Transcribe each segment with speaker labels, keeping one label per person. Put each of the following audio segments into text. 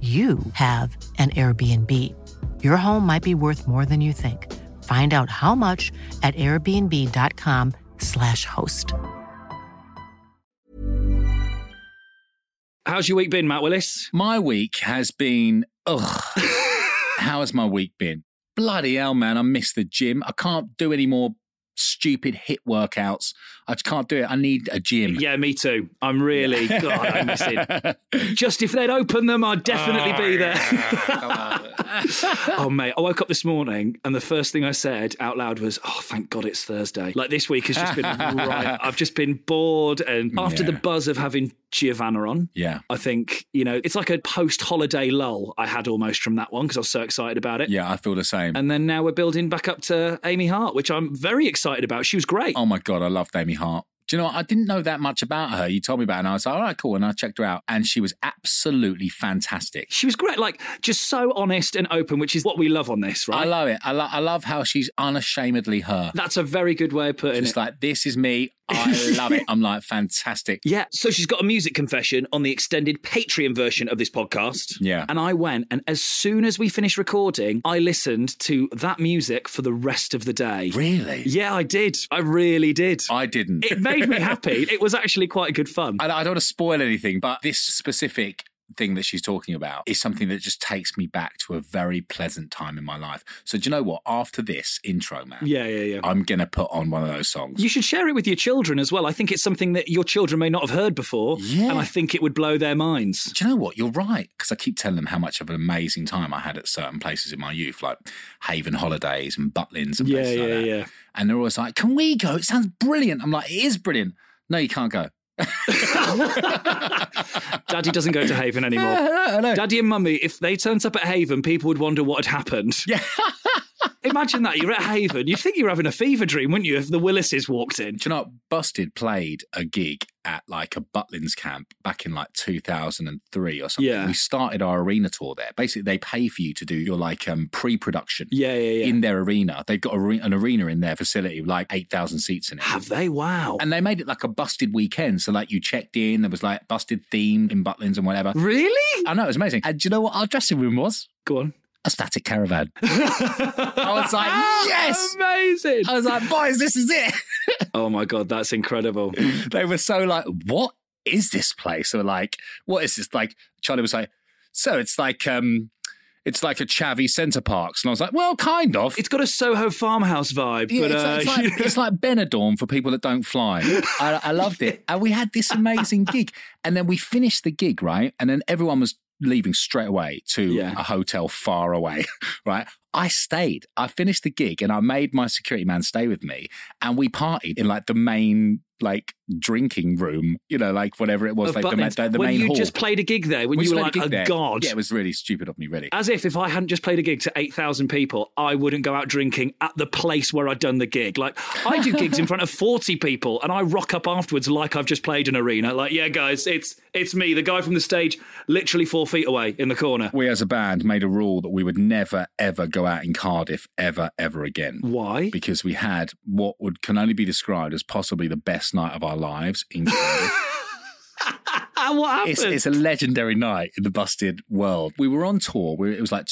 Speaker 1: you have an Airbnb. Your home might be worth more than you think. Find out how much at airbnb.com/slash host.
Speaker 2: How's your week been, Matt Willis?
Speaker 3: My week has been. Ugh. How has my week been? Bloody hell, man. I miss the gym. I can't do any more stupid hit workouts. I just can't do it. I need a gym.
Speaker 2: Yeah, me too. I'm really God, I miss it. Just if they'd open them, I'd definitely be there. oh mate, I woke up this morning and the first thing I said out loud was, "Oh, thank God it's Thursday." Like this week has just been right. I've just been bored, and after the
Speaker 3: Yeah.
Speaker 2: buzz of having Giovanna on,
Speaker 3: Yeah.
Speaker 2: I think you know it's like a post-holiday lull I had almost from that one because I was so excited about it.
Speaker 3: Yeah, I feel the same.
Speaker 2: And then now we're building back up to Amy Hart, which I'm very excited about. She was great.
Speaker 3: oh my God, I loved Amy Hart. Do you know what? I didn't know that much about her. You told me about her, and I was like, all right, cool. And I checked her out, and she was absolutely fantastic.
Speaker 2: She was great, like just so honest and open, which is what we love on this, right?
Speaker 3: I love it. I, lo- I love how she's unashamedly her.
Speaker 2: That's a very good way of putting
Speaker 3: It's
Speaker 2: it.
Speaker 3: like, this is me. I love it. I'm like, fantastic.
Speaker 2: yeah, so she's got a music confession on the extended Patreon version of this podcast.
Speaker 3: Yeah.
Speaker 2: And I went, and as soon as we finished recording, I listened to that music for the rest of the day.
Speaker 3: Really?
Speaker 2: Yeah, I did. I really did.
Speaker 3: I didn't.
Speaker 2: it made me happy. It was actually quite good fun.
Speaker 3: I, I don't want to spoil anything, but this specific thing that she's talking about is something that just takes me back to a very pleasant time in my life. So do you know what? After this intro, man,
Speaker 2: yeah, yeah, yeah.
Speaker 3: I'm gonna put on one of those songs.
Speaker 2: You should share it with your children as well. I think it's something that your children may not have heard before,
Speaker 3: Yeah.
Speaker 2: and I think it would blow their minds.
Speaker 3: do you know what? You're right. Because I keep telling them how much of an amazing time I had at certain places in my youth, like Haven Holidays and Butlins and
Speaker 2: Yeah,
Speaker 3: places like
Speaker 2: yeah,
Speaker 3: that.
Speaker 2: yeah.
Speaker 3: And they're always like, can we go? It sounds brilliant. I'm like, it is brilliant. No, you can't go.
Speaker 2: Daddy doesn't go to Haven anymore.
Speaker 3: I know.
Speaker 2: Daddy and Mummy, if they turned up at Haven, people would wonder what had happened.
Speaker 3: Yeah.
Speaker 2: Imagine that. You're at Haven. You'd think you were having a fever dream, wouldn't you, if the Willises walked in?
Speaker 3: Do you know what? Busted played a gig at like a Butlins camp back in like 2003 or something.
Speaker 2: Yeah.
Speaker 3: We started our arena tour there. Basically, they pay for you to do your like um, pre production
Speaker 2: Yeah, yeah, yeah.
Speaker 3: in their arena. They've got a re- an arena in their facility with like 8,000 seats in it.
Speaker 2: Have they? Wow.
Speaker 3: And they made it like a busted weekend. So, like, you checked in, there was like busted themed in Butlins and whatever.
Speaker 2: really?
Speaker 3: I know, it was amazing. And do you know what our dressing room was?
Speaker 2: Go on.
Speaker 3: A static caravan. I was like, yes.
Speaker 2: Amazing.
Speaker 3: I was like, boys, this is it.
Speaker 2: Oh my God, that's incredible.
Speaker 3: they were so like, what is this place? Or like, what is this? Like, Charlie was like, so it's like, um, it's like a Chavi Centre Parks. And I was like, well, kind of.
Speaker 2: It's got a Soho farmhouse vibe,
Speaker 3: Yeah,
Speaker 2: but
Speaker 3: it's, like,
Speaker 2: uh,
Speaker 3: it's, like, it's like Benidorm for people that don't fly. I, I loved it. And we had this amazing gig. And then we finished the gig, right? And then everyone was leaving straight away to
Speaker 2: Yeah.
Speaker 3: a hotel far away, right? I stayed. I finished the gig and I made my security man stay with me. And we partied in like the main, like drinking room, you know, like whatever it was,
Speaker 2: of
Speaker 3: like the, ma-
Speaker 2: Butlins.
Speaker 3: the, the
Speaker 2: when
Speaker 3: main
Speaker 2: you
Speaker 3: hall.
Speaker 2: just played a gig there, when
Speaker 3: We
Speaker 2: you
Speaker 3: just
Speaker 2: were
Speaker 3: played
Speaker 2: like
Speaker 3: a, gig
Speaker 2: a
Speaker 3: there.
Speaker 2: god.
Speaker 3: Yeah, it was really stupid of me, really.
Speaker 2: As if if I hadn't just played a gig to 8,000 people, I wouldn't go out drinking at the place where I'd done the gig. Like, I do gigs in front of 40 people and I rock up afterwards like I've just played an arena. Like, yeah, guys, it's it's me, the guy from the stage, literally four feet away in the corner.
Speaker 3: we as a band made a rule that we would never, ever go out in Cardiff ever, ever again.
Speaker 2: Why?
Speaker 3: because we had what would can only be described as possibly the best night of our lives in Cardiff.
Speaker 4: and what happened?
Speaker 3: It's, it's a legendary night in the Busted world. We were on tour. We, it was like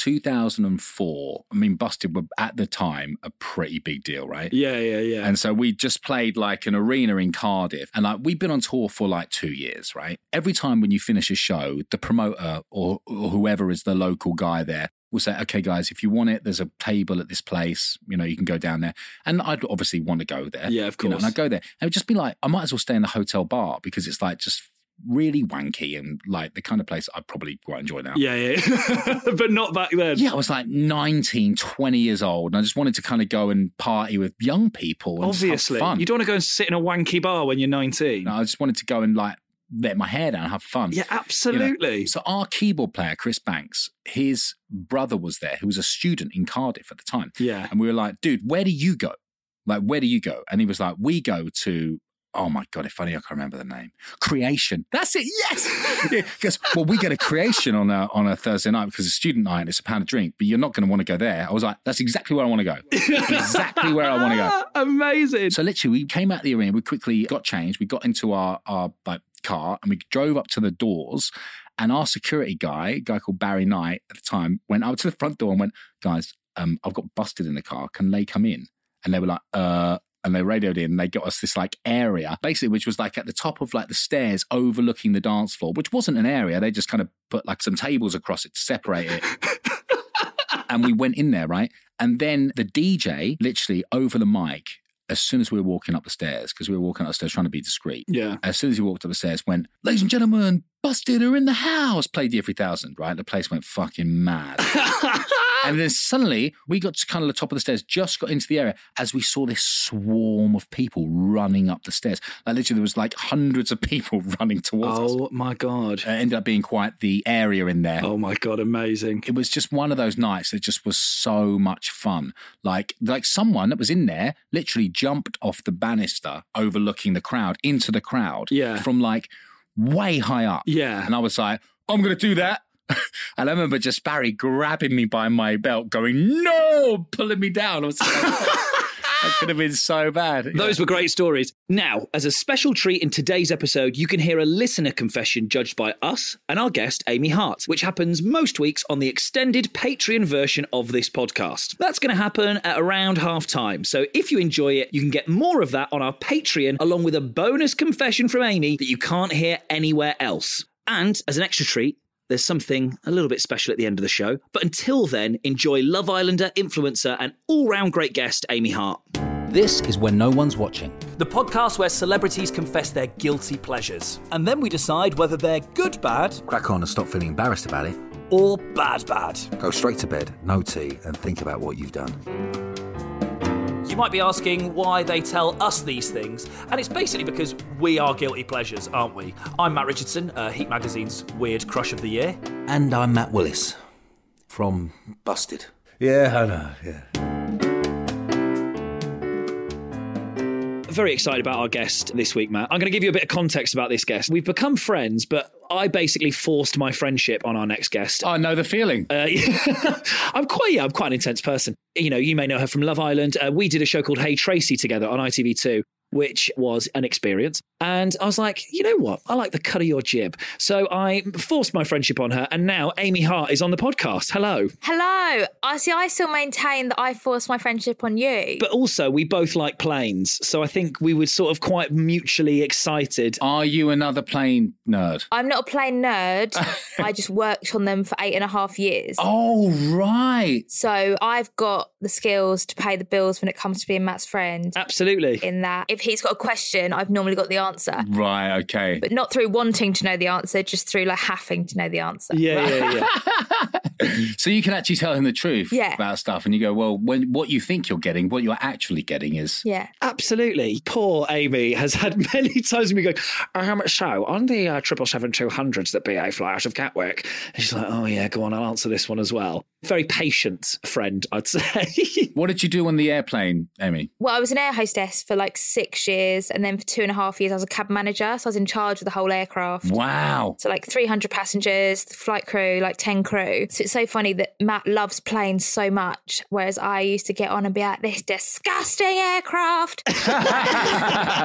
Speaker 3: 2004. I mean, Busted were at the time a pretty big deal, right?
Speaker 4: yeah, yeah, yeah.
Speaker 3: And so we just played like an arena in Cardiff. And like we've been on tour for like two years, right? Every time when you finish a show, the promoter or, or whoever is the local guy there will say, okay, guys, if you want it, there's a table at this place. You know, you can go down there. And I'd obviously want to go there.
Speaker 4: Yeah, of
Speaker 3: uh, you know, and
Speaker 4: course.
Speaker 3: I'd go there. And it'd just be like, I might as well stay in the hotel bar because it's like just really wanky and like the kind of place I probably quite enjoy now.
Speaker 4: yeah, yeah. but not back then.
Speaker 3: Yeah, I was like 19, 20 years old, and I just wanted to kind of go and party with young people. And just have
Speaker 4: Obviously,
Speaker 3: fun.
Speaker 4: you don't want to go and sit in a wanky bar when you're 19.
Speaker 3: No, I just wanted to go and like let my hair down and have fun.
Speaker 4: Yeah, absolutely.
Speaker 3: So our keyboard player, Chris Banks, his brother was there, who was a student in Cardiff at the time.
Speaker 4: Yeah.
Speaker 3: And we were like, dude, where do you go? Like, where do you go? And he was like, we go to, oh my God, if only I can remember the name. Creation. That's it. Yes. Yeah, Because, well, we go to Creation on a, on a Thursday night because it's student night and it's a pound of drink, but you're not going to want to go there. I was like, that's exactly where I want to go. exactly where I want to go.
Speaker 4: Amazing.
Speaker 3: So literally, we came out the arena. We quickly got changed. We got into our our like car and we drove up to the doors. And our security guy, a guy called Barry Knight at the time, went up to the front door and went, "Guys, um, I've got busted in the car. Can they come in?" And they were like, "Uh." And they radioed in and they got us this like area, basically, which was like at the top of like the stairs overlooking the dance floor, which wasn't an area. They just kind of put like some tables across it to separate it and we went in there, right? And then the DJ, literally over the mic, as soon as we were walking up the stairs, because we were walking up the stairs trying to be discreet,
Speaker 4: yeah.
Speaker 3: as soon as he walked up the stairs, went, Ladies and gentlemen, Busted are in the house, played the every thousand, right? The place went fucking mad. and then suddenly we got to kind of the top of the stairs, just got into the area as we saw this swarm of people running up the stairs. Like literally, there was like hundreds of people running towards us.
Speaker 4: Oh my god.
Speaker 3: It ended up being quite the area in there
Speaker 4: Oh my god, amazing.
Speaker 3: it was just one of those nights that just was so much fun. Like like someone that was in there literally jumped off the banister overlooking the crowd into the crowd
Speaker 4: Yeah.
Speaker 3: from like way high up.
Speaker 4: Yeah.
Speaker 3: And I was like, I'm gonna do that. And I remember just Barry grabbing me by my belt, going, No, pulling me down. I was like, that could have been so bad.
Speaker 2: Those were great stories. Now, as a special treat in today's episode, you can hear a listener confession judged by us and our guest, Amy Hart, which happens most weeks on the extended Patreon version of this podcast. That's going to happen at around half time. So if you enjoy it, you can get more of that on our Patreon, along with a bonus confession from Amy that you can't hear anywhere else. And as an extra treat, there's something a little bit special at the end of the show. But until then, enjoy Love Islander, influencer, and all round great guest, Amy Hart.
Speaker 5: This is when no one's watching.
Speaker 6: The podcast where celebrities confess their guilty pleasures, and then we decide whether they're good bad
Speaker 7: Crack on and stop feeling embarrassed about it.
Speaker 6: or bad bad.
Speaker 7: Go straight to bed, no tea, and think about what you've done.
Speaker 6: You might be asking why they tell us these things, and it's basically because we are guilty pleasures, aren't we? I'm Matt Richardson, uh, Heat Magazine's Weird Crush of the Year.
Speaker 7: And I'm Matt Willis from Busted. Yeah, I know, yeah.
Speaker 2: Very excited about our guest this week, Matt. I'm going to give you a bit of context about this guest. We've become friends, but I basically forced my friendship on our next guest.
Speaker 3: I know the feeling.
Speaker 2: Uh, I'm quite, yeah, I'm quite an intense person. You know, you may know her from Love Island. Uh, we did a show called Hey Tracy together on ITV2, which was an experience. And I was like, you know what? I like the cut of your jib. So I forced my friendship on her, and now Amy Hart is on the podcast. Hello.
Speaker 8: Hello. I see. I still maintain that I forced my friendship on you.
Speaker 2: But also, we both like planes, so I think we were sort of quite mutually excited.
Speaker 3: Are you another plane nerd?
Speaker 8: I'm not a plain nerd. I just worked on them for eight and a half years.
Speaker 3: Oh right.
Speaker 8: So I've got the skills to pay the bills when it comes to being Matt's friend.
Speaker 2: Uh. Absolutely.
Speaker 8: In that, if he's got a question, I've normally got the answer,
Speaker 2: Mm.
Speaker 3: Right, okay.
Speaker 8: but not through wanting to know the answer, just through like having to know the answer.
Speaker 2: Yeah, yeah, yeah.
Speaker 3: So you can actually tell him the truth
Speaker 8: Yeah.
Speaker 3: about stuff, and you go, "Well, when what you think you're getting, what you're actually getting is."
Speaker 8: Yeah.
Speaker 2: Absolutely. Poor Amy has had many times me going, um, so on the uh, 777-200s that BA fly out of Gatwick, and she's like, oh yeah, go on, I'll answer this one as well. Very patient friend, I'd say.
Speaker 3: What did you do on the airplane, Amy?
Speaker 8: Well, I was an air hostess for like six years, and then for two and a half years, I was a cab manager. So I was in charge of the whole aircraft.
Speaker 3: Wow.
Speaker 8: So like 300 passengers, the flight crew, like 10 crew. So it's so funny that Matt loves planes so much, whereas I used to get on and be like, this disgusting aircraft.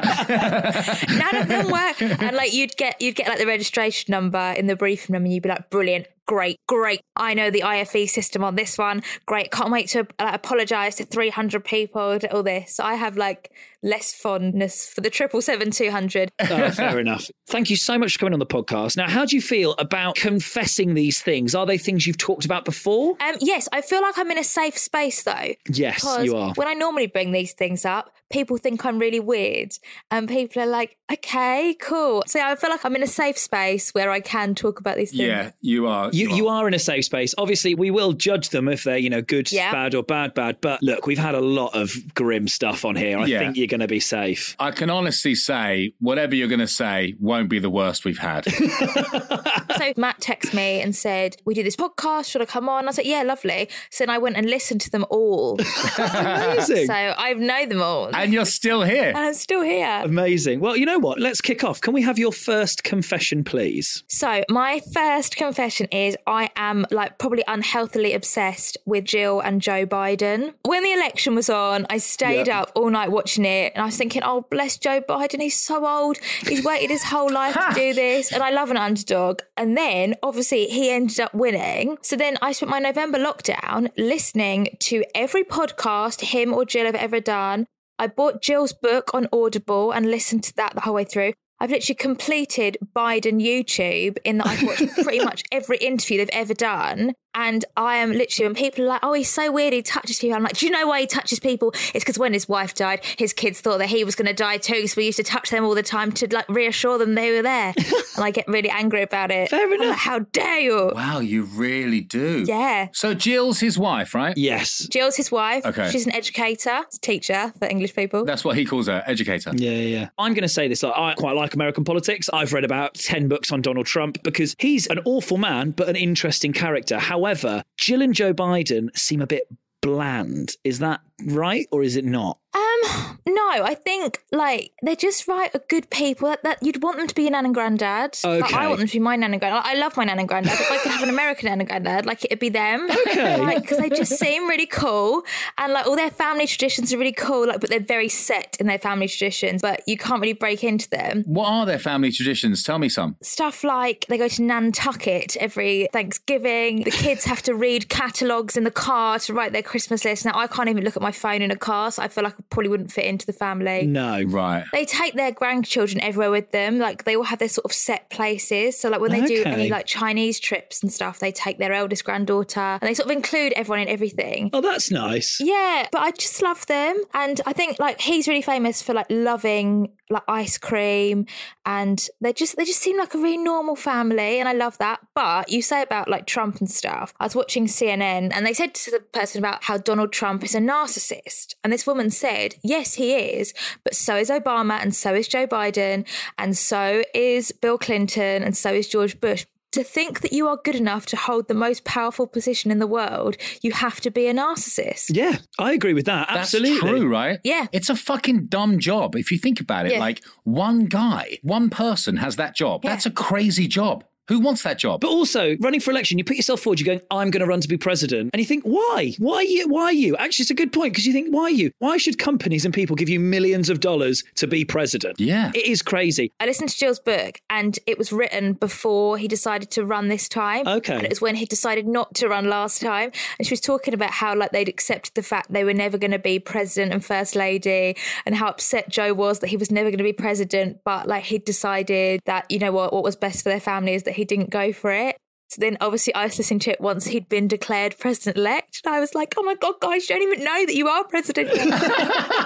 Speaker 8: None of them work. And like you'd get you'd get like the registration number in the briefing room and you'd be like, brilliant, great, great. I know the IFE system on this one. Great. Can't wait to like, apologize to 300 people, to all this. So I have like less fondness for the 777-200.
Speaker 2: Oh, fair enough. Thank you so much for coming on the podcast. Now, how do you feel about confessing these things? Are they things you've talked about before?
Speaker 8: Um, yes, I feel like I'm in a safe space though.
Speaker 2: Yes,
Speaker 8: because
Speaker 2: you are.
Speaker 8: When I normally bring these things up, people think I'm really weird, and people are like, "Okay, cool." So I feel like I'm in a safe space where I can talk about these things.
Speaker 3: Yeah, you are.
Speaker 2: You, you are in a safe space. Obviously, we will judge them if they're, you know, good,
Speaker 8: Yeah.
Speaker 2: bad, or bad, bad. But look, we've had a lot of grim stuff on here. I
Speaker 3: Yeah.
Speaker 2: think you're going to be safe.
Speaker 3: I can honestly say whatever you're going to say won't be the worst we've had.
Speaker 8: so Matt texted me and said, "We do this podcast. Should I come on?" I was like, "Yeah, lovely." So then I went and listened to them all.
Speaker 2: Amazing.
Speaker 8: so I know them all, and
Speaker 3: and you're still here.
Speaker 8: I'm still here.
Speaker 2: Amazing. Well, you know what? Let's kick off. Can we have your first confession, please?
Speaker 8: So, my first confession is I am like probably unhealthily obsessed with Jill and Joe Biden. When the election was on, I stayed up all night watching it and I was thinking, oh, bless Joe Biden. He's so old. He's waited his whole life to do this. And I love an underdog. And then obviously he ended up winning. So then I spent my November lockdown listening to every podcast him or Jill have ever done. I bought Jill's book on Audible and listened to that the whole way through. I've literally completed Biden YouTube in that I've watched pretty much every interview they've ever done. And I am literally, when people are like, oh, he's so weird, he touches people. I'm like, do you know why he touches people? It's because when his wife died, his kids thought that he was going to die too. So we used to touch them all the time to like reassure them they were there. and I get really angry about it. Fair enough. How dare you?
Speaker 3: Wow, you really do.
Speaker 8: Yeah.
Speaker 3: So Jill's his wife, right?
Speaker 2: Yes.
Speaker 8: Jill's his wife.
Speaker 3: Okay.
Speaker 8: She's an educator, teacher for English people.
Speaker 3: That's what he calls her, educator.
Speaker 2: Yeah, yeah, yeah. I'm going to say this. Like, I quite like American politics. I've read about 10 books on Donald Trump because he's an awful man, but an interesting character. However, Jill and Joe Biden seem a bit bland. Is that right or is it not?
Speaker 8: Um, no, I think like they're just right, good people. That, that you'd want them to be your nan and granddad. Like,
Speaker 2: Okay.
Speaker 8: I want them to be my nan and granddad. I love my nan and granddad. If I could have an American nan and granddad, like it'd be them. Okay. because they just seem really cool, and like all their family traditions are really cool. Like, but they're very set in their family traditions. But you can't really break into them.
Speaker 3: What are their family traditions? Tell me some.
Speaker 8: Stuff like they go to Nantucket every Thanksgiving. The kids have to read catalogues in the car to write their Christmas list. Now I can't even look at my phone in a car, so I feel like I probably wouldn't fit into the family.
Speaker 2: No.
Speaker 3: Right.
Speaker 8: They take their grandchildren everywhere with them. Like they all have their sort of set places. So like when they do
Speaker 2: Okay.
Speaker 8: any like Chinese trips and stuff, they take their eldest granddaughter and they sort of include everyone in everything.
Speaker 2: Oh, that's nice.
Speaker 8: Yeah, but I just love them. And I think like he's really famous for like loving like ice cream and they just they just seem like a really normal family and I love that. But you say about like Trump and stuff. I was watching CNN and they said to the person about how Donald Trump is a narcissist. And this woman said, "Yes, he is, but so is Obama and so is Joe Biden and so is Bill Clinton and so is George Bush." To think that you are good enough to hold the most powerful position in the world, you have to be a narcissist.
Speaker 2: Yeah, I agree with that. Absolutely.
Speaker 3: That's true, right?
Speaker 8: Yeah.
Speaker 3: It's a fucking dumb job if you think about it.
Speaker 8: Yeah.
Speaker 3: Like one guy, one person has that job. That's a crazy job. Who wants that job?
Speaker 2: But also, running for election, you put yourself forward, you're going, I'm going to run to be president. And you think, why? Why are you? Why are you? Actually, it's a good point because you think, why are you? Why should companies and people give you millions of dollars to be president?
Speaker 3: Yeah.
Speaker 2: It is crazy.
Speaker 8: I listened to Jill's book and it was written before he decided to run this time.
Speaker 2: Okay.
Speaker 8: And it was when he decided not to run last time. And she was talking about how like they'd accepted the fact they were never going to be president and first lady and how upset Joe was that he was never going to be president, but like he'd decided that, you know what, what was best for their family is that he didn't go for it. So then obviously I was listening to it once he'd been declared president elect. And I was like, oh my God, guys, you don't even know that you are president.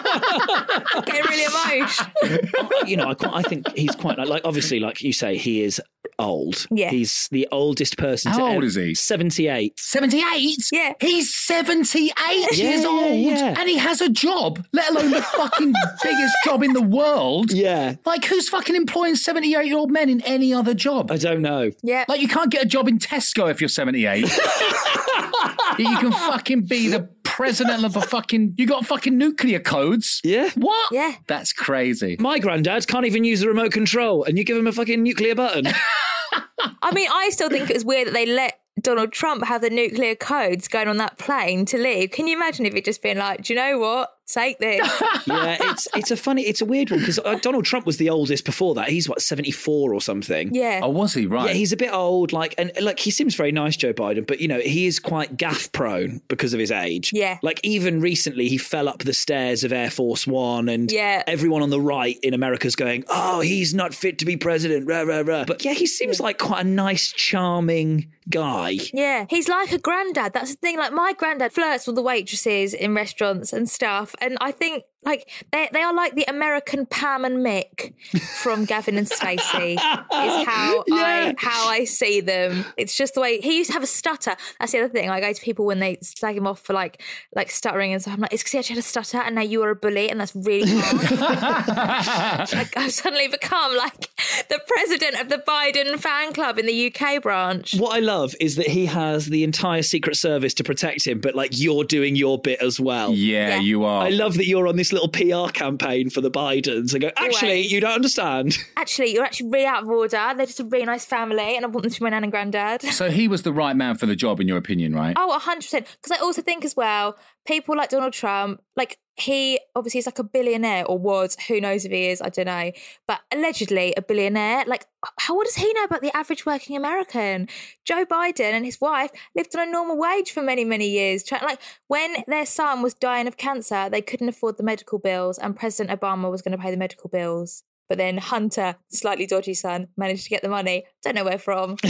Speaker 8: Getting really emotional.
Speaker 2: I- you know, I, quite, I think he's quite like, like, obviously, like you say, he is old.
Speaker 8: Yeah.
Speaker 2: He's the oldest person. to
Speaker 3: How old
Speaker 2: ev-
Speaker 3: is he?
Speaker 2: 78.
Speaker 3: 78?
Speaker 8: Yeah.
Speaker 3: He's 78 years
Speaker 2: yeah,
Speaker 3: old
Speaker 2: yeah.
Speaker 3: and he has a job, let alone the fucking biggest job in the world.
Speaker 2: Yeah.
Speaker 3: Like, who's fucking employing 78 year old men in any other job?
Speaker 2: I don't know.
Speaker 8: Yeah.
Speaker 3: Like, you can't get a job in Tesco if you're 78. Yet you can fucking be the president of a fucking. You got fucking nuclear codes.
Speaker 2: Yeah.
Speaker 3: What?
Speaker 8: Yeah.
Speaker 3: That's crazy.
Speaker 2: My granddad can't even use the remote control, and you give him a fucking nuclear button.
Speaker 8: I mean, I still think it was weird that they let Donald Trump have the nuclear codes going on that plane to leave. Can you imagine if it just been like, do you know what? Take this.
Speaker 2: yeah, it's it's a funny, it's a weird one because Donald Trump was the oldest before that. He's what seventy four or something.
Speaker 8: Yeah.
Speaker 3: Oh, was he right?
Speaker 2: Yeah, he's a bit old. Like, and like he seems very nice, Joe Biden, but you know he is quite gaff prone because of his age.
Speaker 8: Yeah.
Speaker 2: Like even recently, he fell up the stairs of Air Force One, and
Speaker 8: Yeah.
Speaker 2: everyone on the right in America's going, "Oh, he's not fit to be president." Rah rah rah. But yeah, he seems like quite a nice, charming guy.
Speaker 8: Yeah, he's like a granddad. That's the thing. Like my granddad flirts with the waitresses in restaurants and stuff, and I think like they they are like the American Pam and Mick from Gavin and Stacey. is how I how I see them. It's just the way he used to have a stutter. That's the other thing. I go to people when they slag him off for like like stuttering and stuff. I'm like, it's because he actually had a stutter, and now you are a bully, and that's really hard. like I've suddenly become like the president of the Biden fan club in the UK branch.
Speaker 2: What I love is that he has the entire Secret Service to protect him, but like you're doing your bit as well.
Speaker 3: yeah,
Speaker 8: Yeah.
Speaker 3: you are.
Speaker 2: I love that you're on this little PR campaign for the Bidens and go, actually,
Speaker 8: Always.
Speaker 2: you don't understand.
Speaker 8: actually, you're actually really out of order. They're just a really nice family, and I want them to be my nan and granddad.
Speaker 3: so he was the right man for the job, in your opinion, right?
Speaker 8: Oh, 100%. Because I also think, as well, people like Donald Trump, like he obviously is like a billionaire or was, who knows if he is, I don't know, but allegedly a billionaire. Like, how what does he know about the average working American? Joe Biden and his wife lived on a normal wage for many, many years. Try- Like, when their son was dying of cancer, they couldn't afford the medical bills, and President Obama was going to pay the medical bills. But then Hunter, slightly dodgy son, managed to get the money. Don't know where from.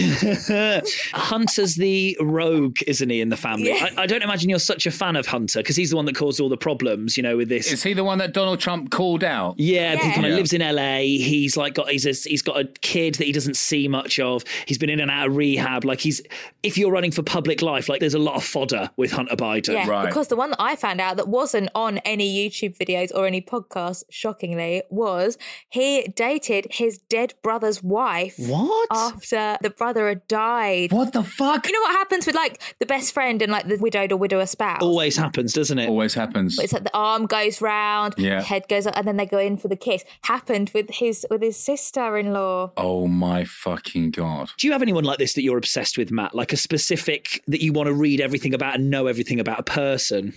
Speaker 2: Hunter's the rogue, isn't he, in the family?
Speaker 8: Yeah.
Speaker 2: I, I don't imagine you're such a fan of Hunter because he's the one that caused all the problems, you know, with this.
Speaker 3: Is he the one that Donald Trump called out?
Speaker 2: yeah, he
Speaker 8: Yeah.
Speaker 2: kind of
Speaker 3: Yeah.
Speaker 2: lives in LA. He's like got he's a, he's got a kid that he doesn't see much of. He's been in and out of rehab. Like he's if you're running for public life, like there's a lot of fodder with Hunter Biden.
Speaker 8: Yeah,
Speaker 3: Right.
Speaker 8: because the one that I found out that wasn't on any YouTube videos or any podcasts, shockingly, was he dated his dead brother's wife
Speaker 2: What?
Speaker 8: after the brother had died.
Speaker 3: What the fuck?
Speaker 8: You know what happens with like the best friend and like the widowed or widower spouse?
Speaker 2: Always happens, doesn't it?
Speaker 3: Always happens.
Speaker 8: It's like the arm goes round,
Speaker 3: Yeah.
Speaker 8: the head goes up, and then they go in for the kiss. Happened with his with his sister in law.
Speaker 3: Oh my fucking god.
Speaker 2: Do you have anyone like this that you're obsessed with, Matt? Like a specific that you want to read everything about and know everything about a person?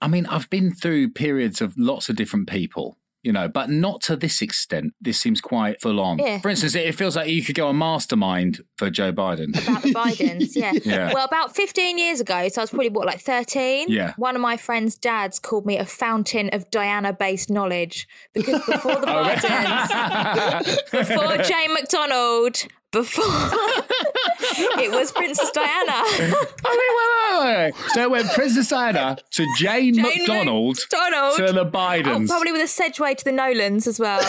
Speaker 3: I mean, I've been through periods of lots of different people, you know, but not to this extent. This seems quite full on.
Speaker 8: Yeah.
Speaker 3: For instance, it feels like you could go a mastermind for Joe Biden.
Speaker 8: about the Bidens. Yeah.
Speaker 3: Yeah.
Speaker 8: Well, about 15 years ago, so I was probably what, like 13?
Speaker 3: Yeah.
Speaker 8: One of my friend's dads called me a fountain of Diana based knowledge because before
Speaker 3: Oh,
Speaker 8: the Bidens, before Jane McDonald, before it was Princess Diana.
Speaker 3: I mean, wait, wait, wait, wait. So when Princess Diana to Jane,
Speaker 8: Jane
Speaker 3: McDonald,
Speaker 8: McDonald.
Speaker 3: to the
Speaker 8: Oh,
Speaker 3: Bidens.
Speaker 8: probably with a segue to the Nolans as well.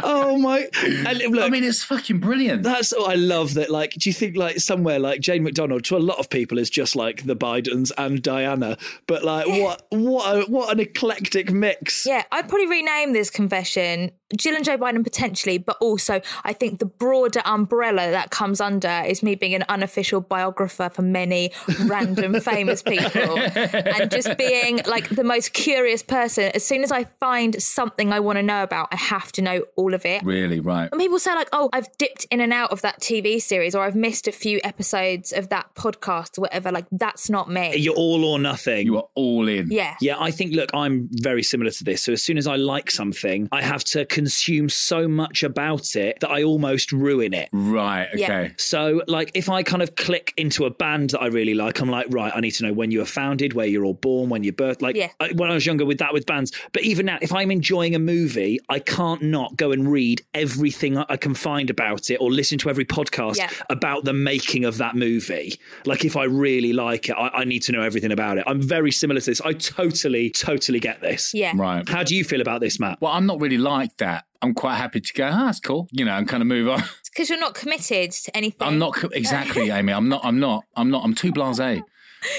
Speaker 2: Oh my! And look,
Speaker 3: I mean, it's fucking brilliant.
Speaker 2: that's oh, I love that. Like, do you think like somewhere like Jane McDonald to a lot of people is just like the Bidens and Diana, but like what what a, what an eclectic mix.
Speaker 8: yeah, I'd probably rename this confession Jill and Joe Biden potentially, but also I think the broader umbrella that comes under is me being an unofficial biographer for many random famous people and just being like the most curious person. As soon as I find something I want to know about, I have to know all of it.
Speaker 3: really, right.
Speaker 8: And people say like, "Oh, I've dipped in and out of that TV series, or I've missed a few episodes of that podcast, or whatever." Like, that's not me.
Speaker 2: You're all or nothing.
Speaker 3: You are all in.
Speaker 8: yeah,
Speaker 2: Yeah, I think, look, I'm very similar to this. So as soon as I like something, I have to consume so much about it that I almost ruin it.
Speaker 3: Right,
Speaker 8: Yeah.
Speaker 3: okay.
Speaker 2: So, like, if I kind of click into a band that I really like, I'm like, right, I need to know when you were founded, where you're all born, when you're birthed. Like,
Speaker 8: Yeah.
Speaker 2: I, when I was younger with that with bands. But even now, if I'm enjoying a movie, I can't not go and read everything I I can find about it or listen to every podcast
Speaker 8: Yeah.
Speaker 2: about the making of that movie. Like, if I really like it, I, I need to know everything about it. I'm very similar to this. I totally, totally get this.
Speaker 8: yeah.
Speaker 3: Right.
Speaker 2: How do you feel about this, Matt?
Speaker 3: Well, I'm not really like that. I'm quite happy to go, ah, that's cool, you know, and kind of move on.
Speaker 8: Because you're not committed to anything.
Speaker 3: I'm not co- exactly, Amy. I'm not. I'm not. I'm not. I'm too blasé.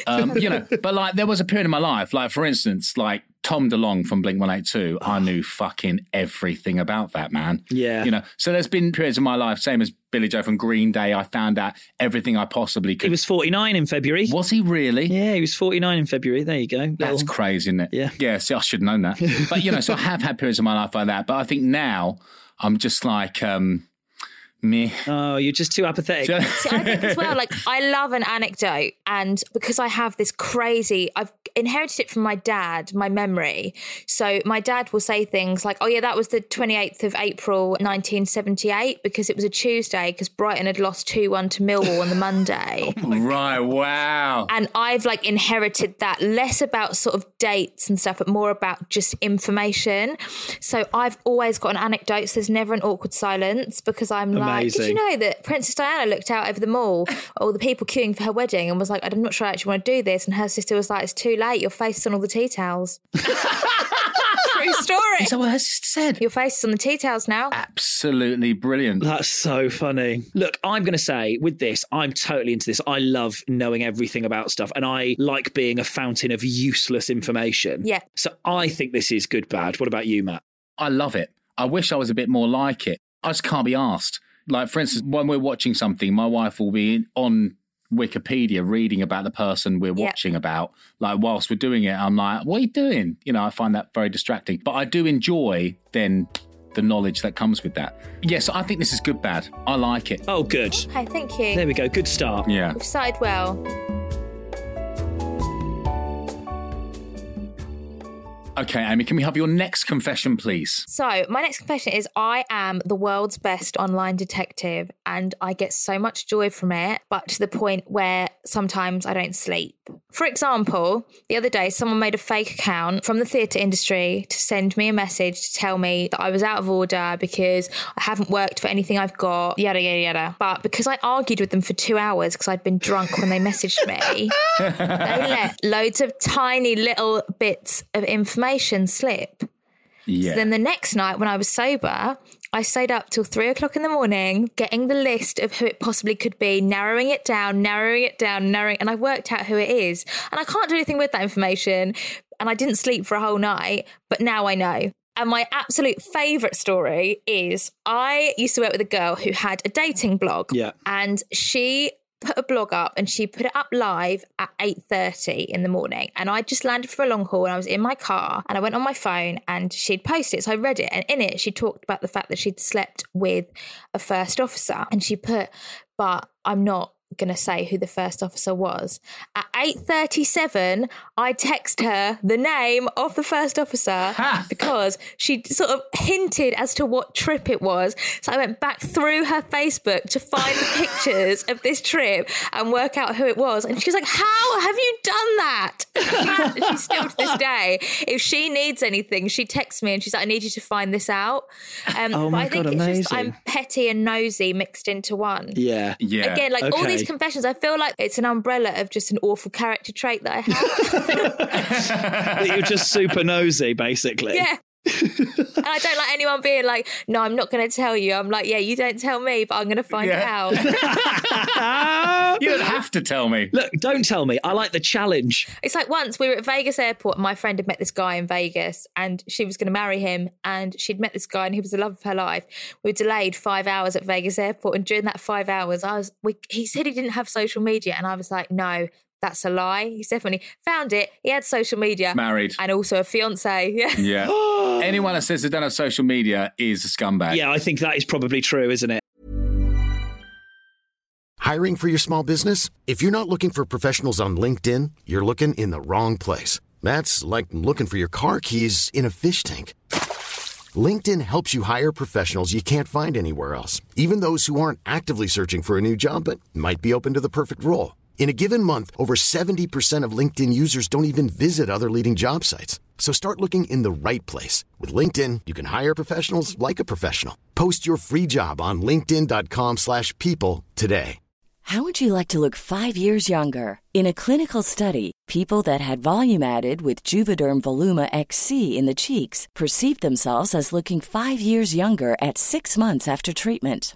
Speaker 3: Um, you know, but like there was a period in my life, like for instance, like Tom DeLong from Blink One Eight Two. I knew fucking everything about that man.
Speaker 2: Ah. Yeah.
Speaker 3: you know. So there's been periods in my life, same as Billy Joe from Green Day. I found out everything I possibly
Speaker 2: He
Speaker 3: could.
Speaker 2: was 49 in February.
Speaker 3: Was he really?
Speaker 2: Yeah, he was 49 in February. There you go.
Speaker 3: That's
Speaker 2: Little-
Speaker 3: crazy, isn't it?
Speaker 2: Yeah.
Speaker 3: Yeah, see, I should have known that. But, you know, so I have had periods of my life like that. But I think now I'm just like, um, Meh.
Speaker 2: Oh, you're just too apathetic.
Speaker 8: See, I think as well, like I love an anecdote, and because I have this crazy, I've inherited it from my dad, my memory. So my dad will say things like, "Oh yeah, that was the 28th of April, 1978, because it was a Tuesday, because Brighton had lost two-one to Millwall on the Monday."
Speaker 2: Oh
Speaker 3: right. Wow.
Speaker 8: and I've like inherited that less about sort of dates and stuff, but more about just information. So I've always got an anecdote. So there's never an awkward silence because I'm like, did you
Speaker 2: Amazing.
Speaker 8: know that Princess Diana looked out over the mall, all the people queuing for her wedding, and was like, I'm not sure I actually want to do this. And her sister was like, it's too late. Your face is on all the tea towels. True story.
Speaker 3: Is that what her sister said?
Speaker 8: Your face is on the tea towels now.
Speaker 2: Ah.
Speaker 3: Absolutely brilliant.
Speaker 2: That's so funny. Look, I'm going to say with this, I'm totally into this. I love knowing everything about stuff and I like being a fountain of useless information.
Speaker 8: Yeah.
Speaker 2: So I think this is good, bad. What about you, Matt?
Speaker 3: I love it. I wish I was a bit more like it. I just can't be asked. Like, for instance, when we're watching something, my wife will be on Wikipedia reading about the person we're
Speaker 8: Yeah.
Speaker 3: watching about. Like, whilst we're doing it, I'm like, what are you doing? You know, I find that very distracting. But I do enjoy then the knowledge that comes with that. Yes, I think this is good, bad. I like it.
Speaker 2: Oh, good.
Speaker 8: Hi, thank you.
Speaker 2: There we go. Good start.
Speaker 3: Yeah.
Speaker 8: We've started well.
Speaker 3: Okay, Amy, can we have your next confession, please?
Speaker 8: So, my next confession is I am the world's best online detective and I get so much joy from it, but to the point where sometimes I don't sleep. For example, the other day, someone made a fake account from the theatre industry to send me a message to tell me that I was out of order because I haven't worked for anything I've got, yada, yada, yada. But because I argued with them for two hours because I'd been drunk when they messaged me, they left loads of tiny little bits of information slip.
Speaker 3: Yeah.
Speaker 8: So then the next night, when I was sober, I stayed up till three o'clock in the morning, getting the list of who it possibly could be, narrowing it down, narrowing it down, narrowing, and I worked out who it is. And I can't do anything with that information. And I didn't sleep for a whole night, but now I know. And my absolute favourite story is I used to work with a girl who had a dating blog.
Speaker 2: Yeah.
Speaker 8: And she put a blog up and she put it up live at 8.30 in the morning and i just landed for a long haul and i was in my car and i went on my phone and she'd posted it so i read it and in it she talked about the fact that she'd slept with a first officer and she put but i'm not gonna say who the first officer was at 8.37 i text her the name of the first officer because she sort of hinted as to what trip it was so i went back through her facebook to find the pictures of this trip and work out who it was and she was like how have you done that She- she's still to this day if she needs anything she texts me and she's like i need you to find this out um,
Speaker 2: Oh
Speaker 8: but
Speaker 2: my
Speaker 8: i think
Speaker 2: God,
Speaker 8: it's just i'm
Speaker 2: amazing.
Speaker 8: petty and nosy mixed into one
Speaker 2: Yeah.
Speaker 3: yeah.
Speaker 8: Again, like all these
Speaker 2: Okay.
Speaker 8: confessions, I feel like it's an umbrella of just an awful character trait that I have.
Speaker 2: That You're just super nosy, basically.
Speaker 8: yeah. and I don't like anyone being like, no, I'm not going to tell you. I'm like, yeah, you don't tell me, but I'm going to find
Speaker 3: Yeah.
Speaker 8: out.
Speaker 3: you don't have to tell me.
Speaker 2: Look, don't tell me. I like the challenge.
Speaker 8: It's like once we were at Vegas airport, my friend had met this guy in Vegas and she was going to marry him. And she'd met this guy and he was the love of her life. We were delayed five hours at Vegas airport. And during that five hours, I was, we, he said he didn't have social media. And I was like, no, that's a lie. He's definitely found it. He had social media
Speaker 3: Married.
Speaker 8: and also a fiance. Yeah.
Speaker 3: Yeah. Anyone that says they don't have social media is a scumbag.
Speaker 2: Yeah, I think that is probably true, isn't it?
Speaker 9: Hiring for your small business? If you're not looking for professionals on LinkedIn, you're looking in the wrong place. That's like looking for your car keys in a fish tank. LinkedIn helps you hire professionals you can't find anywhere else, even those who aren't actively searching for a new job but might be open to the perfect role. In a given month, over 70% of LinkedIn users don't even visit other leading job sites. So start looking in the right place. With LinkedIn, you can hire professionals like a professional. Post your free job on linkedin.com/people slash people today.
Speaker 10: How would you like to look five years younger? In a clinical study, people that had volume added with Juvederm Voluma XC in the cheeks perceived themselves as looking five years younger at six months after treatment.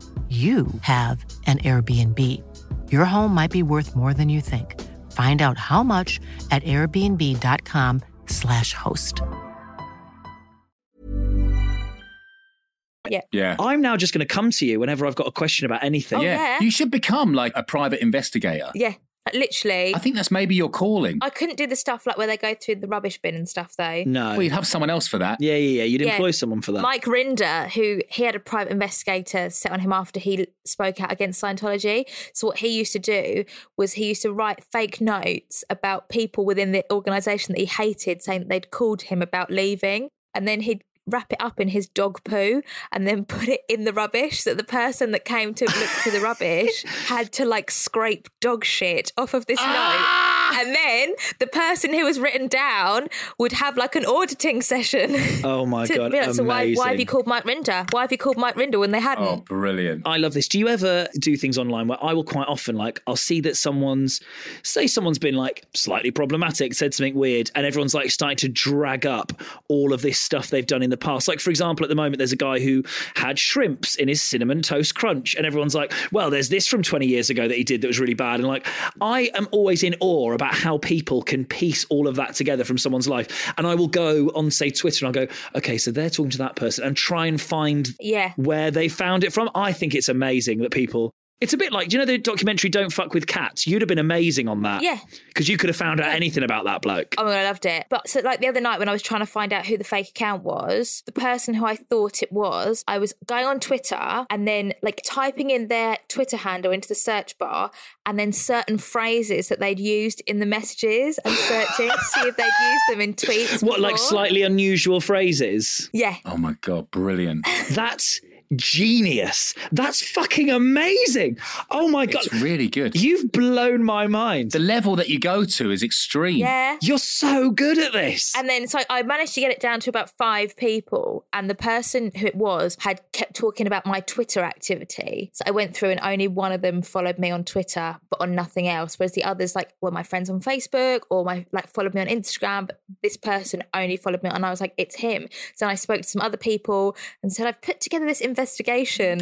Speaker 1: you have an Airbnb. Your home might be worth more than you think. Find out how much at airbnb.com/slash host.
Speaker 8: Yeah.
Speaker 3: Yeah.
Speaker 2: I'm now just going to come to you whenever I've got a question about anything.
Speaker 8: Oh, yeah.
Speaker 3: You should become like a private investigator.
Speaker 8: Yeah, literally.
Speaker 3: I think that's maybe your calling.
Speaker 8: I couldn't do the stuff like where they go through the rubbish bin and stuff though.
Speaker 2: No.
Speaker 3: Well, you'd have someone else for that.
Speaker 2: yeah, yeah, yeah. You'd
Speaker 8: Yeah.
Speaker 2: employ someone for that.
Speaker 8: Mike Rinder, who he had a private investigator set on him after he spoke out against Scientology. So what he used to do was he used to write fake notes about people within the organisation that he hated, saying that they'd called him about leaving, and then he'd wrap it up in his dog poo and then put it in the rubbish so that the person that came to look for the rubbish had to like scrape dog shit off of this note
Speaker 2: Ah!
Speaker 8: and then the person who was written down would have like an auditing session
Speaker 2: Oh my
Speaker 8: to
Speaker 2: god!
Speaker 8: be like, so why, why have you
Speaker 2: amazing.
Speaker 8: called Mike Rinder? Why have you called Mike Rinder when they hadn't?
Speaker 3: Oh, brilliant.
Speaker 2: I love this. Do you ever do things online where I will quite often like I'll see that someone's say someone's been like slightly problematic, said something weird, and everyone's like starting to drag up all of this stuff they've done in the past. Like for example, at the moment there's a guy who had shrimps in his cinnamon toast crunch, and everyone's like, "Well, there's this from 20 years ago that he did that was really bad." And like I am always in awe about how people can piece all of that together from someone's life, and I will go on say Twitter and I'll go, "Okay, so they're talking to that person," and try and find
Speaker 8: Yeah.
Speaker 2: where they found it from. I think it's amazing that people. It's a bit like, do you know the documentary Don't Fuck with Cats? You'd have been amazing on that.
Speaker 8: Yeah.
Speaker 2: Because you could have found out anything about that bloke.
Speaker 8: Oh my god, I loved it. But so like the other night when I was trying to find out who the fake account was, the person who I thought it was, I was going on Twitter and then like typing in their Twitter handle into the search bar and then certain phrases that they'd used in the messages and searching to see if they'd used them in tweets.
Speaker 2: What, like
Speaker 8: before.
Speaker 2: slightly unusual phrases?
Speaker 8: Yeah.
Speaker 3: Oh my god, brilliant.
Speaker 2: That's genius. That's fucking amazing. Oh my God.
Speaker 3: It's really good.
Speaker 2: You've blown my mind.
Speaker 3: the level that you go to is extreme.
Speaker 8: Yeah.
Speaker 2: You're so good at this.
Speaker 8: And then so I managed to get it down to about five people. And the person who it was had kept talking about my Twitter activity. So I went through and only one of them followed me on Twitter, but on nothing else. Whereas the others like were my friends on Facebook or my like followed me on Instagram. But this person only followed me and I was like, it's him. So I spoke to some other people and said, I've put together this investigation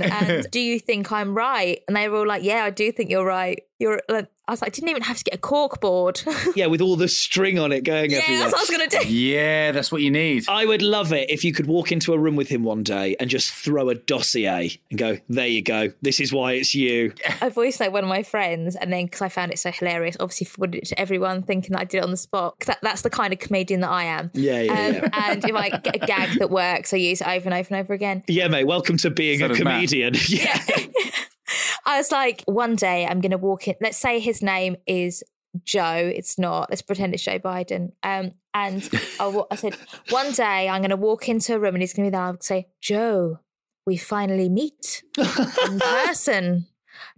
Speaker 8: and do you think I'm right? And they were all like, Yeah, I do think you're right. You're like, I was like, I didn't even have to get a cork board.
Speaker 2: yeah, with all the string on it going
Speaker 8: yeah,
Speaker 2: everywhere.
Speaker 8: that's what I was gonna do.
Speaker 3: Yeah, that's what you need.
Speaker 8: Oh.
Speaker 2: I would love it if you could walk into a room with him one day and just throw a dossier and go, there you go. This is why it's you.
Speaker 8: I voice note one of my friends, and then because I found it so hilarious, obviously forwarded it to everyone, thinking that I did it on the spot. 'Cause that, that's the kind of comedian that I am.
Speaker 2: Yeah, yeah,
Speaker 8: um,
Speaker 2: yeah.
Speaker 8: And if I get a gag that works, I use it over and over and over again.
Speaker 2: Yeah, mate, welcome to being
Speaker 3: So
Speaker 2: a
Speaker 3: does Matt.
Speaker 2: comedian. Yeah.
Speaker 8: I was like, one day I'm going to walk in. Let's say his name is Joe. It's not. Let's pretend it's Joe Biden. Um, and I, wa- I said, one day I'm going to walk into a room and he's going to be there. I'll say, Joe, we finally meet in person.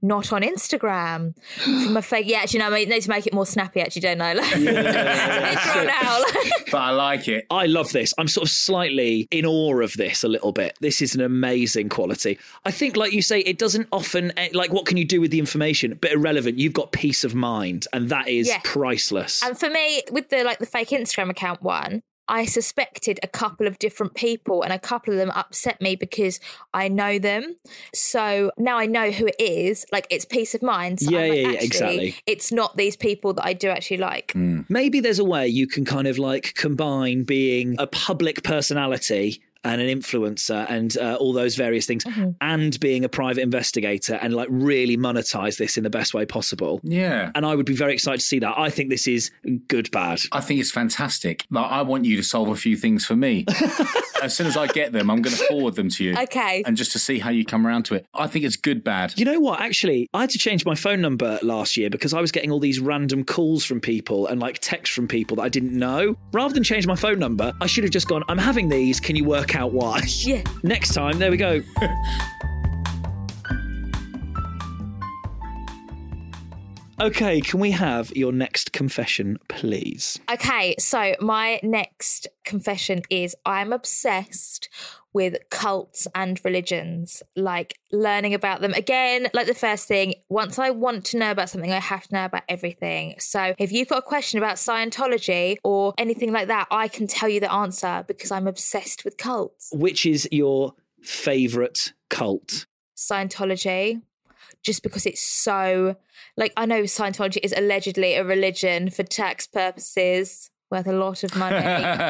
Speaker 8: Not on Instagram. From a fake, yeah. Actually, no. I need to make it more snappy. Actually, don't I? Like, it's drawn out.
Speaker 3: but I like it.
Speaker 2: I love this. I'm sort of slightly in awe of this a little bit. This is an amazing quality. I think, like you say, it doesn't often, eh, like, what can you do with the information? But irrelevant. You've got peace of mind, and that is
Speaker 8: Yeah.
Speaker 2: priceless.
Speaker 8: And for me, with the like the fake Instagram account one, I suspected a couple of different people, and a couple of them upset me because I know them. So now I know who it is. Like it's peace of mind. So I'm
Speaker 2: Yeah,
Speaker 8: like,
Speaker 2: yeah, yeah,
Speaker 8: actually,
Speaker 2: exactly.
Speaker 8: It's not these people that I do actually like.
Speaker 2: Maybe there's a way you can kind of like combine being a public personality and an influencer and uh, all those various things and being a private investigator and like really monetize this in the best way possible.
Speaker 3: Yeah.
Speaker 2: And I would be very excited to see that. I think this is good bad.
Speaker 3: I think it's fantastic. Like, I want you to solve a few things for me. as soon as I get them, I'm going to forward them to you.
Speaker 8: Okay.
Speaker 3: And just to see how you come around to it. I think it's good bad.
Speaker 2: You know what? Actually, I had to change my phone number last year because I was getting all these random calls from people and like texts from people that I didn't know. Rather than change my phone number, I should have just gone, I'm having these. Can you work out why?
Speaker 8: Yeah.
Speaker 2: Next time, there we go. okay, can we have your next confession, please?
Speaker 8: Okay, so my next confession is I'm obsessed with cults and religions, like learning about them. Again, like the first thing, once I want to know about something, I have to know about everything. So if you've got a question about Scientology or anything like that, I can tell you the answer because I'm obsessed with cults.
Speaker 2: Which is your favorite cult?
Speaker 8: Scientology just because it's so like I know Scientology is allegedly a religion for tax purposes worth a lot of money.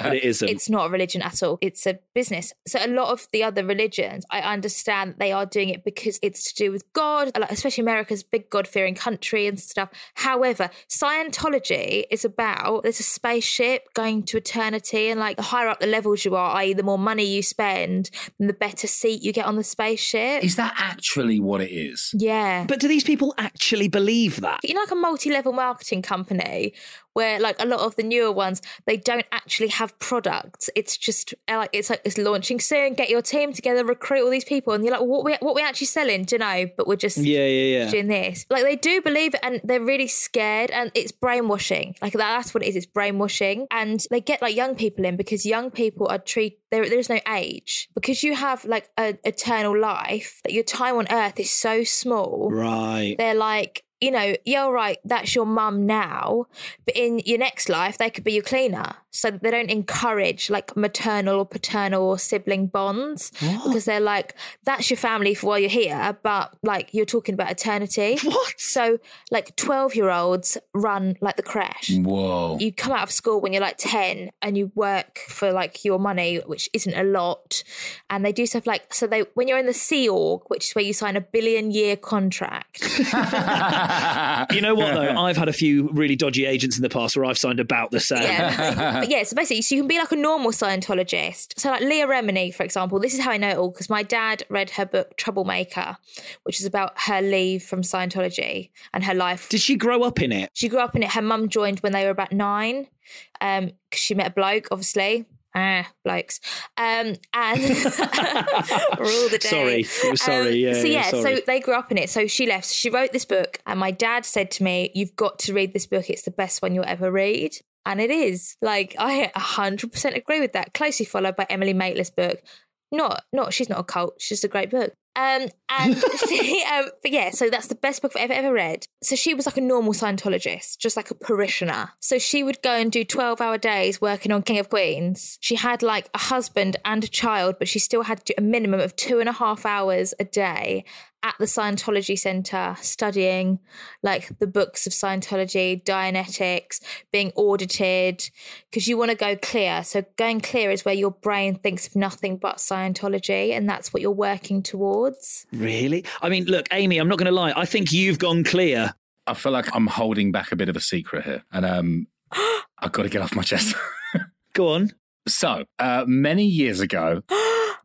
Speaker 2: But it isn't.
Speaker 8: It's not a religion at all. It's a business. So a lot of the other religions, I understand that they are doing it because it's to do with God, like especially America's big God-fearing country and stuff. However, Scientology is about there's a spaceship going to eternity and like the higher up the levels you are, i.e. the more money you spend, then the better seat you get on the spaceship.
Speaker 3: Is that actually what it is?
Speaker 8: yeah.
Speaker 2: But do these people actually believe that?
Speaker 8: you know, like a multi-level marketing company where like a lot of the newer ones they don't actually have products it's just uh, like it's like it's launching soon get your team together recruit all these people and you're like what we what we actually selling do you know but we're just
Speaker 2: Yeah, yeah, yeah.
Speaker 8: doing this like they do believe it and they're really scared and it's brainwashing like that, that's what it is it's brainwashing and they get like young people in because young people are treated there, there's no age because you have like an eternal life that your time on earth is so small
Speaker 2: Right.
Speaker 8: they're like, you know, yeah, all right, that's your mum now, but in your next life, they could be your cleaner. So they don't encourage like maternal or paternal or sibling bonds because they're like, that's your family for while you're here, but like you're talking about eternity.
Speaker 2: What?
Speaker 8: So like 12 year olds run like the crash.
Speaker 3: Mm. Whoa.
Speaker 8: You come out of school when you're like 10 and you work for like your money, which isn't a lot. And they do stuff like, so they, when you're in the Sea Org, which is where you sign a billion year contract,
Speaker 2: You know what though? I've had a few really dodgy agents in the past where I've signed about the same.
Speaker 8: yeah. but yeah, so basically, so you can be like a normal Scientologist. So, like Leah Remini, for example, this is how I know it all because my dad read her book Troublemaker, which is about her leave from Scientology and her life.
Speaker 2: Did she grow up in it?
Speaker 8: She grew up in it. Her mum joined when they were about nine because she met a bloke, obviously. Ah, blokes. Um, and rule the day. Um,
Speaker 2: Sorry. I'm sorry. Yeah,
Speaker 8: so
Speaker 2: yeah,
Speaker 8: yeah,
Speaker 2: sorry.
Speaker 8: so they grew up in it. So she left. She wrote this book, and my dad said to me, "You've got to read this book. It's the best one you'll ever read." And it is. Like I 100% agree with that. Closely followed by Emily Maitland's book. Not, not. She's not a cult. She's just a great book. Um, and she, um, but yeah, so that's the best book I've ever, ever read. So she was like a normal Scientologist, just like a parishioner. So she would go and do 12 hour days working on King of Queens. She had like a husband and a child, but she still had to do a minimum of two and a half hours a day at the Scientology Center studying like the books of Scientology, Dianetics, being audited, because you want to go clear. So, going clear is where your brain thinks of nothing but Scientology, and that's what you're working towards.
Speaker 2: Really? I mean, look, Amy, I'm not going to lie. I think you've gone clear.
Speaker 3: I feel like I'm holding back a bit of a secret here, and um, I've got to get off my chest.
Speaker 2: Go on.
Speaker 3: so, uh, many years ago,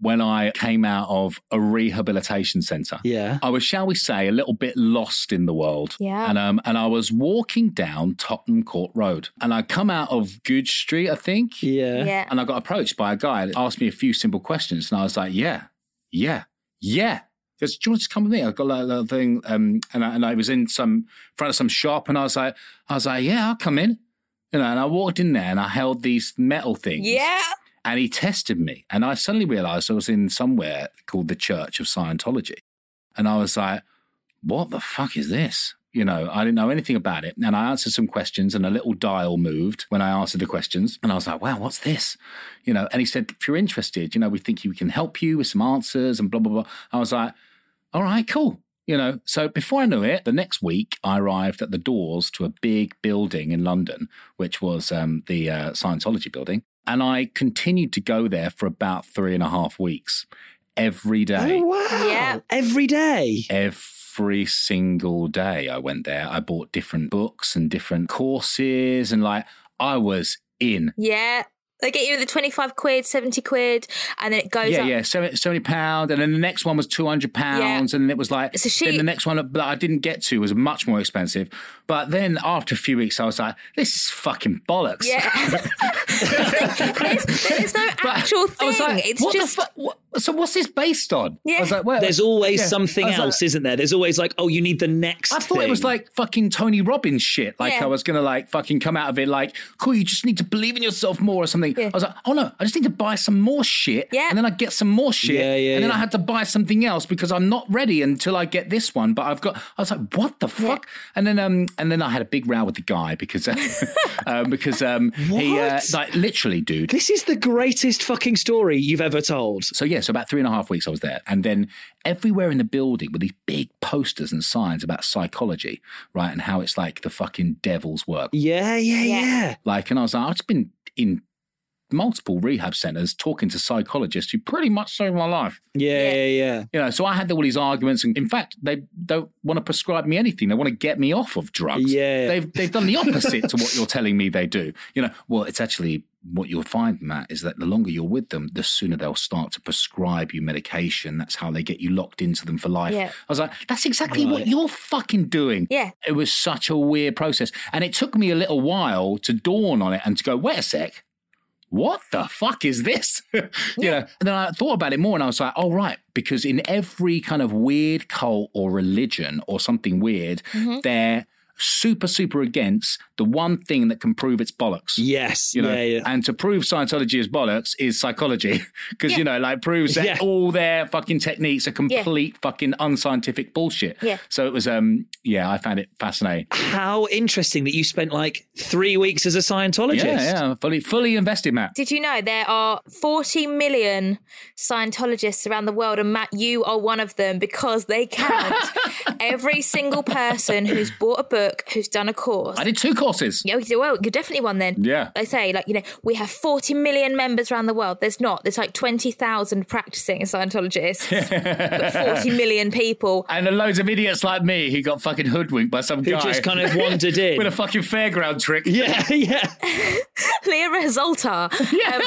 Speaker 3: when I came out of a rehabilitation centre,
Speaker 2: Yeah.
Speaker 3: I was, shall we say, a little bit lost in the world.
Speaker 8: Yeah.
Speaker 3: And um, and I was walking down Tottenham Court Road, and I come out of Goodge Street, I think.
Speaker 2: Yeah.
Speaker 8: Yeah.
Speaker 3: And I got approached by a guy that asked me a few simple questions, and I was like, "Yeah, yeah, yeah." He goes, "Do you want to just come with me?" I got like a little thing, um, and I, and I was in some front of some shop, and I was like, "I was like, yeah, I'll come in." You know, and I walked in there, and I held these metal things
Speaker 8: Yeah.
Speaker 3: and he tested me. And I suddenly realized I was in somewhere called the Church of Scientology. And I was like, what the fuck is this? You know, I didn't know anything about it. And I answered some questions, and a little dial moved when I answered the questions. And I was like, wow, what's this? You know, and he said, if you're interested, you know, we think we can help you with some answers and blah, blah, blah. I was like, all right, cool. You know, so before I knew it, the next week I arrived at the doors to a big building in London, which was um, the uh, Scientology building. And I continued to go there for about three and a half weeks every day.
Speaker 2: Oh, wow. Yeah. Every day.
Speaker 3: Every single day I went there. I bought different books and different courses and like I was in.
Speaker 8: Yeah. They get you the 25 quid, 70 quid, and then it goes
Speaker 3: yeah,
Speaker 8: up.
Speaker 3: yeah, seven- 70 pound. And then the next one was 200 pounds. And it was like,
Speaker 8: It's a sheet.
Speaker 3: then the next one that I didn't get to was much more expensive. But then after a few weeks, I was like, this is fucking bollocks.
Speaker 8: Yeah. there's, there's no actual thing. it's
Speaker 3: what the
Speaker 8: just.
Speaker 3: fu- what- so what's this based on?
Speaker 8: Yeah.
Speaker 3: I was like, well,
Speaker 2: There's always
Speaker 3: yeah.
Speaker 2: something
Speaker 3: I was like-
Speaker 2: else, isn't there? There's always like, oh, you need the next.
Speaker 3: I thought it
Speaker 2: thing.
Speaker 3: was like fucking Tony Robbins shit. Like
Speaker 8: Yeah.
Speaker 3: I was gonna like fucking come out of it like, cool, you just need to believe in yourself more or something. I was like, oh no, I just need to buy some more shit.
Speaker 8: Yeah.
Speaker 3: And then I get some more shit.
Speaker 2: Yeah, yeah,
Speaker 3: and then
Speaker 2: yeah.
Speaker 3: I had to buy something else because I'm not ready until I get this one. But I've got I was like, what the fuck? And then um and then I had a big row with the guy because um, because um he uh,
Speaker 2: What?
Speaker 3: like literally dude.
Speaker 2: This is the greatest fucking story you've ever told.
Speaker 3: So yeah, so about three and a half weeks I was there, and then everywhere in the building were these big posters and signs about psychology, right, and how it's like the fucking devil's work,
Speaker 2: Yeah, yeah,
Speaker 8: Yeah.
Speaker 2: yeah.
Speaker 3: like, and I was like, I've just been in multiple rehab centers talking to psychologists who pretty much saved my life,
Speaker 2: Yeah, yeah, yeah.
Speaker 3: you know. So I had all these arguments, and in fact, they don't want to prescribe me anything; they want to get me off of drugs.
Speaker 2: Yeah.
Speaker 3: they've they've done the opposite to what you're telling me they do. You know, well, it's actually. What you'll find, Matt, is that the longer you're with them, the sooner they'll start to prescribe you medication. That's how they get you locked into them for life.
Speaker 8: Yeah.
Speaker 3: I was like, that's exactly what you're fucking doing.
Speaker 8: Yeah.
Speaker 3: It was such a weird process. And it took me a little while to dawn on it and to go, wait a sec. What the fuck is this? you know, and then I thought about it more and I was like, oh, right, because in every kind of weird cult or religion or something weird, they're super, super against the one thing that can prove it's bollocks.
Speaker 2: Yes,
Speaker 3: You know,
Speaker 2: yeah, yeah.
Speaker 3: and to prove Scientology is bollocks is psychology because you know, like, proves that
Speaker 2: Yeah.
Speaker 3: all their fucking techniques are complete fucking unscientific bullshit.
Speaker 8: Yeah.
Speaker 3: So it was, um, yeah, I found it fascinating.
Speaker 2: How interesting that you spent like three weeks as a Scientologist.
Speaker 3: Yeah, yeah, fully, fully invested, Matt.
Speaker 8: Did you know there are 40 million Scientologists around the world, and Matt, you are one of them because they count every single person who's bought a book, who's done a course.
Speaker 3: I did two courses.
Speaker 8: Yeah, you- well, you're definitely one then.
Speaker 3: Yeah.
Speaker 8: They say, like, you know, we have 40 million members around the world. There's not. There's like 20,000 practicing Scientologists, but 40 million people.
Speaker 3: And there are loads of idiots like me who got fucking hoodwinked by some
Speaker 2: Who
Speaker 3: guy
Speaker 2: just kind of wandered in.
Speaker 3: with a fucking fairground trick.
Speaker 2: yeah, yeah.
Speaker 8: Leah Resolta. Um,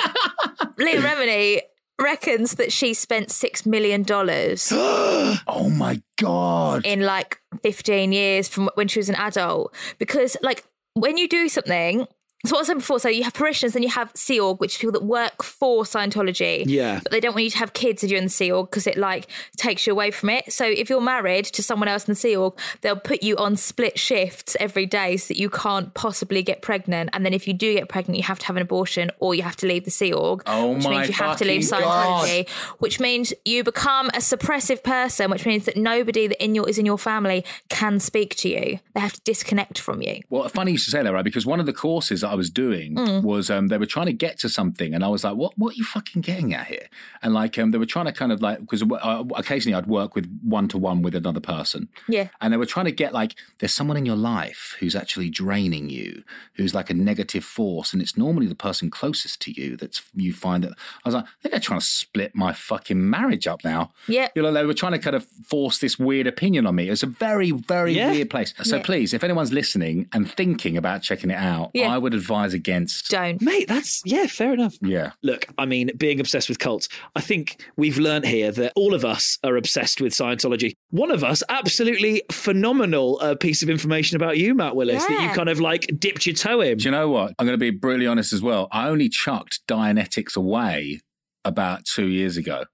Speaker 8: Leah Remini reckons that she spent $6 million
Speaker 3: Oh my god.
Speaker 8: in like 15 years from when she was an adult because like when you do something so what I said before, so you have parishioners, then you have Sea Org, which is people that work for Scientology.
Speaker 2: Yeah.
Speaker 8: But they don't want you to have kids if you're in the Sea Org because it like takes you away from it. So if you're married to someone else in the Sea Org, they'll put you on split shifts every day so that you can't possibly get pregnant. And then if you do get pregnant, you have to have an abortion or you have to leave the Sea Org.
Speaker 3: Oh
Speaker 8: which
Speaker 3: my
Speaker 8: means you have to leave
Speaker 3: fucking God.
Speaker 8: Scientology which means you become a suppressive person, which means that nobody that in your is in your family can speak to you. They have to disconnect from you.
Speaker 3: Well, funny you should say that, right? Because one of the courses that I was doing
Speaker 8: Mm.
Speaker 3: was um, they were trying to get to something, and I was like, "What? What are you fucking getting at here?" And like, um, they were trying to kind of like because uh, occasionally I'd work with one to one with another person,
Speaker 8: Yeah.
Speaker 3: and they were trying to get like, "There's someone in your life who's actually draining you, who's like a negative force, and it's normally the person closest to you that's you find that." I was like, "I think they're trying to split my fucking marriage up now."
Speaker 8: Yeah.
Speaker 3: you know, they were trying to kind of force this weird opinion on me. It was a very, very
Speaker 2: Yeah.
Speaker 3: weird place. So please, if anyone's listening and thinking about checking it out,
Speaker 8: Yeah.
Speaker 3: I would advise against.
Speaker 8: Don't.
Speaker 2: Mate, that's, yeah, fair enough.
Speaker 3: Yeah.
Speaker 2: Look, I mean, being obsessed with cults, I think we've learnt here that all of us are obsessed with Scientology. One of us, absolutely phenomenal uh, piece of information about you, Matt Willis, that you
Speaker 8: Yeah.
Speaker 2: kind of like dipped your toe in.
Speaker 3: Do you know what? I'm going to be brutally honest as well. I only chucked Dianetics away about two years ago.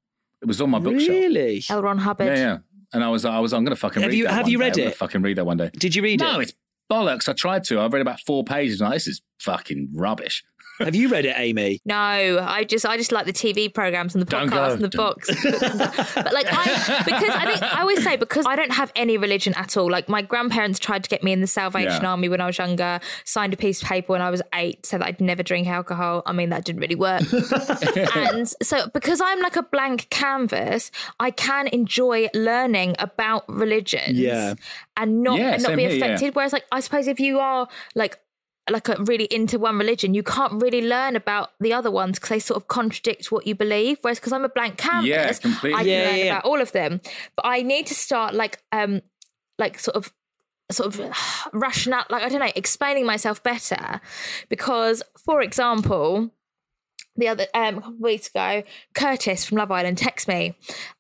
Speaker 3: It was on my bookshelf.
Speaker 2: Really?
Speaker 8: L. Ron Hubbard.
Speaker 3: Yeah, yeah. And I was, I was, I'm going to fucking
Speaker 2: Have
Speaker 3: read
Speaker 2: you-
Speaker 3: that.
Speaker 2: have
Speaker 3: one
Speaker 2: you
Speaker 3: day.
Speaker 2: read
Speaker 3: I'm gonna
Speaker 2: it?
Speaker 3: fucking read that one day.
Speaker 2: Did you read
Speaker 3: no,
Speaker 2: it?
Speaker 3: it's bollocks. I tried to. I've read about four pages. Now this is fucking rubbish.
Speaker 2: Have you read it, Amy?
Speaker 8: No, I just I just like the TV programs and the
Speaker 3: Don't
Speaker 8: podcasts
Speaker 3: go,
Speaker 8: and the
Speaker 3: don't.
Speaker 8: books. but like I because I think I always say because I don't have any religion at all. Like my grandparents tried to get me in the Salvation
Speaker 3: Yeah.
Speaker 8: Army when I was younger, signed a piece of paper when I was eight, said that I'd never drink alcohol. I mean that didn't really work. and so because I'm like a blank canvas, I can enjoy learning about religions
Speaker 2: Yeah.
Speaker 8: and not
Speaker 3: Yeah,
Speaker 8: and not
Speaker 3: same
Speaker 8: be
Speaker 3: here, yeah.
Speaker 8: affected. Whereas like I suppose if you are like like a really into one religion, you can't really learn about the other ones because they sort of contradict what you believe. Whereas because I'm a blank canvas,
Speaker 3: Yeah, completely.
Speaker 8: I can
Speaker 3: Yeah,
Speaker 8: learn
Speaker 3: yeah, yeah.
Speaker 8: about all of them. But I need to start like um like sort of sort of rational like I don't know, explaining myself better. Because for example, the other um, a couple of weeks ago, Curtis from Love Island texted me,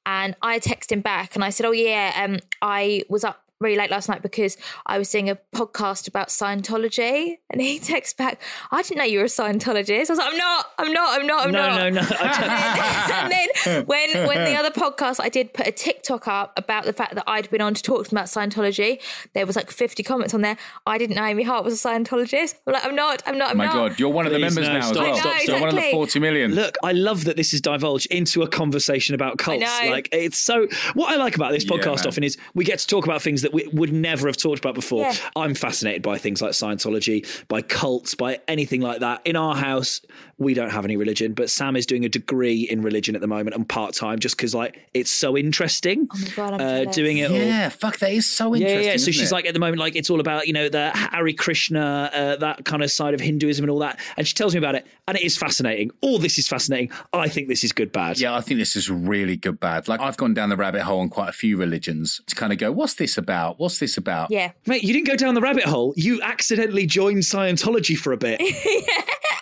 Speaker 8: and I texted him back, and I said, "Oh yeah, um, I was up really late last night because I was doing a podcast about Scientology." And he texts back, "I didn't know you were a Scientologist." I was like, "I'm not, I'm not, I'm not, I'm
Speaker 2: no,
Speaker 8: not."
Speaker 2: no, no,
Speaker 8: and then when when the other podcast I did put a TikTok up about the fact that I'd been on to talk about Scientology, there was like 50 comments on there. I didn't know Amy Hart was a Scientologist. I'm like, I'm not, I'm not,
Speaker 3: Oh
Speaker 8: I'm
Speaker 3: my
Speaker 8: not.
Speaker 3: God, you're one of the
Speaker 2: Please,
Speaker 3: members
Speaker 2: Uh, no,
Speaker 3: now as
Speaker 2: stop,
Speaker 3: well.
Speaker 2: stop,
Speaker 3: You're one of the
Speaker 8: exactly.
Speaker 3: 40 million.
Speaker 2: Look, I love that this is divulged into a conversation about cults.
Speaker 8: know.
Speaker 2: Like it's so. What I like about this
Speaker 3: Yeah,
Speaker 2: podcast
Speaker 3: man.
Speaker 2: often is we get to talk about things that we would never have talked about before.
Speaker 8: Yeah.
Speaker 2: I'm fascinated by things like Scientology, by cults, by anything like that. In our house, we don't have any religion, but Sam is doing a degree in religion at the moment and part time, just because like it's so interesting. Oh
Speaker 8: my God, I'm
Speaker 2: uh,
Speaker 8: jealous.
Speaker 2: doing it all.
Speaker 3: Yeah, fuck, that is so
Speaker 2: Yeah,
Speaker 3: interesting.
Speaker 2: yeah. So
Speaker 3: isn't
Speaker 2: she's
Speaker 3: it?
Speaker 2: like at the moment, like it's all about you know the Hare Krishna, uh, that kind of side of Hinduism and all that. And she tells me about it, and it is fascinating. All this is fascinating. I think this is good bad.
Speaker 3: Yeah, I think this is really good bad. Like I've gone down the rabbit hole on quite a few religions to kind of go, what's this about? What's this about?
Speaker 8: Yeah.
Speaker 2: Mate, you didn't go down the rabbit hole. You accidentally joined Scientology for a bit.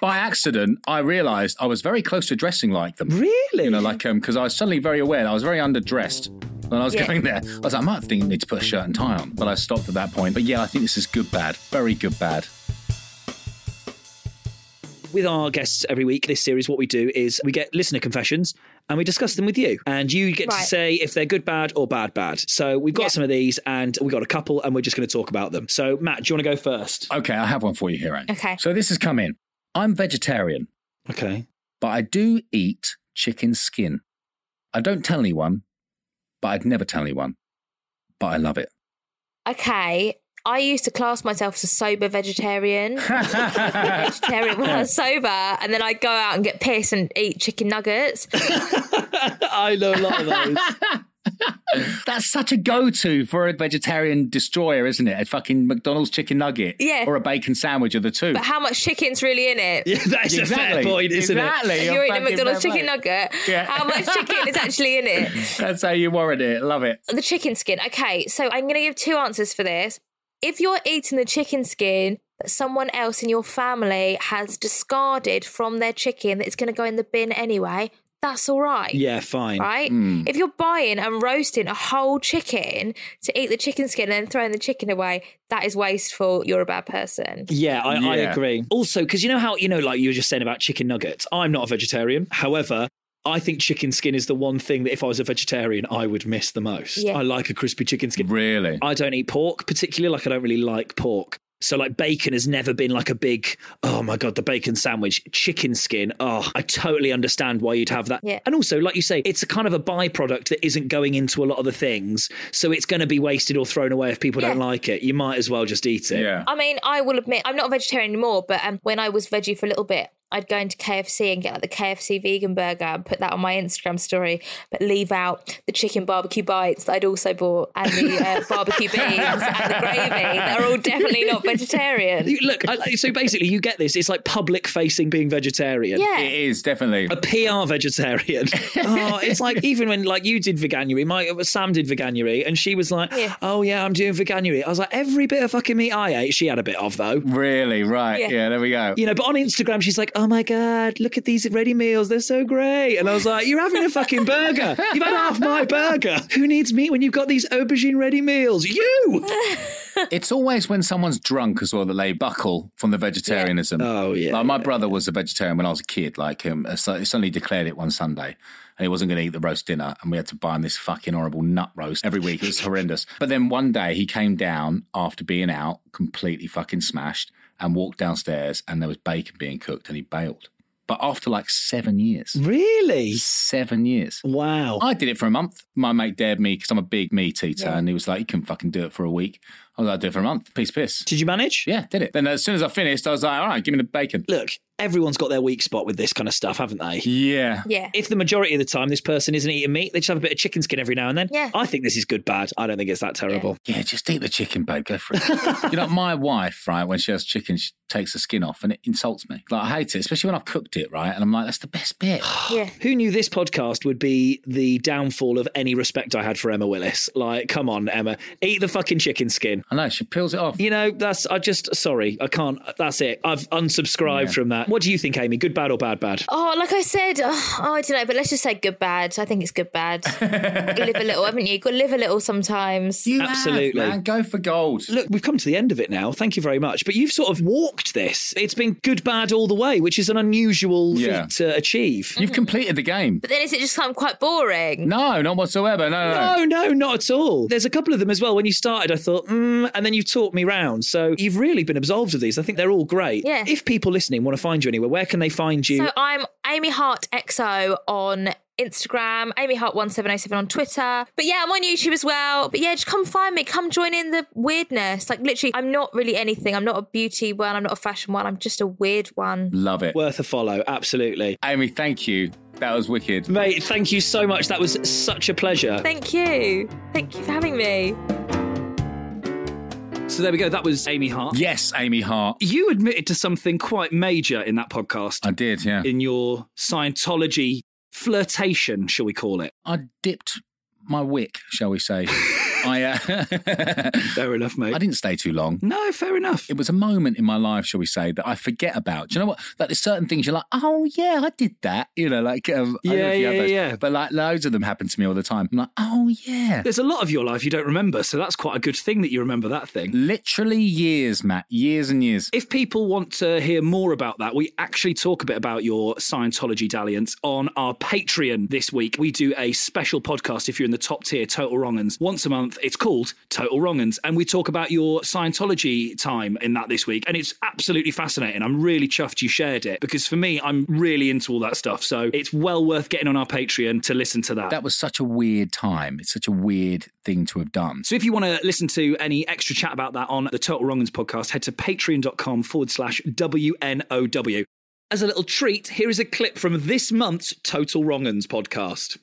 Speaker 3: By accident, I realized I was very close to dressing like them.
Speaker 2: Really?
Speaker 3: You know, like um because I was suddenly very aware that I was very underdressed. When I was
Speaker 8: Yeah.
Speaker 3: going there, I was like, I might think you need to put a shirt and tie on. But I stopped at that point. But yeah, I think this is good bad. Very good bad.
Speaker 2: with our guests every week, this series, what we do is we get listener confessions and we discuss them with you. And you get to
Speaker 8: Right.
Speaker 2: say if they're good, bad, or bad, bad. So we've got
Speaker 8: Yeah.
Speaker 2: some of these and we've got a couple and we're just going to talk about them. So, Matt, do you want to go first?
Speaker 3: Okay, I have one for you here, Anne.
Speaker 8: Okay.
Speaker 3: So this has come in. I'm vegetarian,
Speaker 2: Okay.
Speaker 3: but I do eat chicken skin. I don't tell anyone, but I'd never tell anyone. But I love it.
Speaker 8: Okay. I used to class myself as a sober vegetarian. vegetarian when I was sober, and then I'd go out and get pissed and eat chicken nuggets.
Speaker 3: Oh.
Speaker 2: I know a lot of those.
Speaker 3: That's such a go-to for a vegetarian destroyer, isn't it? A fucking McDonald's chicken nugget,
Speaker 8: Yeah.
Speaker 3: or a bacon sandwich, or the two.
Speaker 8: But how much chicken's really in it?
Speaker 2: yeah, that's a fair point, isn't
Speaker 3: exactly.
Speaker 8: If
Speaker 3: You're
Speaker 8: you're eating a
Speaker 3: fucking
Speaker 8: McDonald's
Speaker 3: fair
Speaker 8: chicken
Speaker 3: play.
Speaker 8: nugget,
Speaker 3: Yeah.
Speaker 8: how much chicken is actually in it?
Speaker 3: That's how you warrant it. Love it.
Speaker 8: The chicken skin. Okay, so I'm going to give two answers for this. If you're eating the chicken skin that someone else in your family has discarded from their chicken that's going to go in the bin anyway, that's all right.
Speaker 2: it? Yeah, fine.
Speaker 8: right? If you're buying and roasting a whole chicken to eat the chicken skin and then throwing the chicken away, that is wasteful. You're a bad person.
Speaker 2: Yeah, I, I
Speaker 3: Yeah.
Speaker 2: agree. Also, because you know how, you know, like you were just saying about chicken nuggets, I'm not a vegetarian. However, I think chicken skin is the one thing that if I was a vegetarian, I would miss the most.
Speaker 8: Yeah.
Speaker 2: I like a crispy chicken skin.
Speaker 3: Really?
Speaker 2: I don't eat pork particularly, like I don't really like pork. So like bacon has never been like a big oh my god the bacon sandwich chicken skin oh I totally understand why you'd have that
Speaker 8: Yeah.
Speaker 2: and also like you say it's a kind of a byproduct that isn't going into a lot of the things so it's going to be wasted or thrown away if people don't
Speaker 8: Yeah.
Speaker 2: like it you might as well just eat it
Speaker 3: Yeah.
Speaker 8: I mean, I will admit I'm not a vegetarian anymore, but um, when I was veggie for a little bit, I'd go into KFC and get like the KFC vegan burger and put that on my Instagram story, but leave out the chicken barbecue bites that I'd also bought and the uh, barbecue beans and the gravy. They're all definitely not vegetarian.
Speaker 2: You- look I, like- so basically you get this it's like public facing being vegetarian
Speaker 8: Yeah.
Speaker 3: It is definitely.
Speaker 2: a PR vegetarian. oh, it's like even when like you did veganuary, my Sam did veganuary, and she was like,
Speaker 8: Yeah.
Speaker 2: "Oh yeah, I'm doing veganuary." I was like, "Every bit of fucking meat I ate, she had a bit of though."
Speaker 3: Really? Right. Yeah.
Speaker 8: Yeah.
Speaker 3: there we go.
Speaker 2: You know, but on Instagram, she's like, "Oh my god, look at these ready meals; they're so great." And I was like, "You're having a fucking burger. You've had half my burger. Who needs meat when you've got these aubergine ready meals? You."
Speaker 3: It's always when someone's drunk as well that they buckle from the vegetarianism.
Speaker 2: Oh, yeah,
Speaker 3: Like my brother was a vegetarian when I was a kid. Like him, so he suddenly declared it one Sunday, and he wasn't going to eat the roast dinner, and we had to buy him this fucking horrible nut roast every week. It was horrendous. But then one day he came down after being out completely fucking smashed, and walked downstairs, and there was bacon being cooked, and he bailed. But after like seven years,
Speaker 2: Really?
Speaker 3: seven years.
Speaker 2: Wow.
Speaker 3: I did it for a month. My mate dared me because I'm a big meat eater, and he was like, "You can fucking do it for a week." I was like, "I'll "Do it for a month, piece of piss."
Speaker 2: Did you manage?
Speaker 3: Yeah, did it. Then as soon as I finished, I was like, "All right, give me the bacon."
Speaker 2: Look, everyone's got their weak spot with this kind of stuff, haven't they?
Speaker 3: Yeah.
Speaker 8: Yeah.
Speaker 2: If the majority of the time this person isn't eating meat, they just have a bit of chicken skin every now and then.
Speaker 8: Yeah.
Speaker 2: I think this is good bad. I don't think it's that terrible.
Speaker 3: Yeah, just eat the chicken, babe. Go for it. you know, my wife, right, when she has chicken, she takes the skin off and it insults me. Like, I hate it, especially when I've cooked it, right? And I'm like, that's the best bit.
Speaker 8: Yeah.
Speaker 2: Who knew this podcast would be the downfall of any respect I had for Emma Willis? Like, come on, Emma, eat the fucking chicken skin.
Speaker 3: I know, she peels it off.
Speaker 2: You know, that's, I just, sorry, I can't, that's it. I've unsubscribed from that. What do you think, Amy? Good, bad, or bad, bad?
Speaker 8: Oh, like I said, oh, I don't know, but let's just say good bad. I think it's good bad. live a little, haven't you? Got to live a little sometimes.
Speaker 3: You
Speaker 2: Absolutely.
Speaker 3: Have, man. Go for gold.
Speaker 2: Look, we've come to the end of it now. Thank you very much. But you've sort of walked this. It's been good, bad all the way, which is an unusual
Speaker 3: Yeah.
Speaker 2: feat to achieve.
Speaker 3: You've completed the game.
Speaker 8: But then is it just kind of quite boring?
Speaker 3: No, not whatsoever. No,
Speaker 2: No,
Speaker 3: no.
Speaker 2: no, not at all. There's a couple of them as well. When you started, I thought, mm, and then you've talked me round. So you've really been absolved of these. I think they're all great.
Speaker 8: Yeah.
Speaker 2: If people listening want to find you anywhere, where can they find you?
Speaker 8: So I'm Amy Hart XO on Instagram, Amy Hart 1707 on Twitter. But yeah, I'm on YouTube as well. But yeah, just come find me. Come join in the weirdness. Like literally, I'm not really anything. I'm not a beauty one. I'm not a fashion one. I'm just a weird one.
Speaker 3: Love it.
Speaker 2: Worth a follow, absolutely.
Speaker 3: Amy, thank you. That was wicked.
Speaker 2: Mate, thank you so much. That was such a pleasure.
Speaker 8: Thank you. Thank you for having me.
Speaker 2: so there we go. That was Amy Hart.
Speaker 3: Yes, Amy Hart.
Speaker 2: You admitted to something quite major in that podcast,
Speaker 3: I did, yeah.
Speaker 2: in your Scientology flirtation, shall we call it?
Speaker 3: I dipped my wick, shall we say. I, uh,
Speaker 2: Fair enough, mate.
Speaker 3: I didn't stay too long.
Speaker 2: No, fair enough.
Speaker 3: It was a moment in my life, shall we say, that I forget about. Do you know what? Like there's certain things you're like, oh yeah, I did that. You know, like um, I don't know
Speaker 2: Yeah,
Speaker 3: if you have
Speaker 2: yeah,
Speaker 3: those,
Speaker 2: yeah.
Speaker 3: But like loads of them happen to me all the time. I'm like, oh yeah.
Speaker 2: There's a lot of your life you don't remember, so that's quite a good thing that you remember that thing.
Speaker 3: Literally years, Matt. Years and years.
Speaker 2: If people want to hear more about that, we actually talk a bit about your Scientology dalliance on our Patreon this week. We do a special podcast if you're in the top tier, Total Wrong'uns, once a month. It's called Total Wrong'uns, and we talk about your Scientology time in that this week, and it's absolutely fascinating. I'm really chuffed you shared it because for me, I'm really into all that stuff, so it's well worth getting on our Patreon to listen to that.
Speaker 3: That was such a weird time. It's such a weird thing to have done.
Speaker 2: So if you want to listen to any extra chat about that on the Total Wrongans podcast, head to patreon.com forward slash WNOW. As a little treat, here is a clip from this month's Total Wrongans podcast.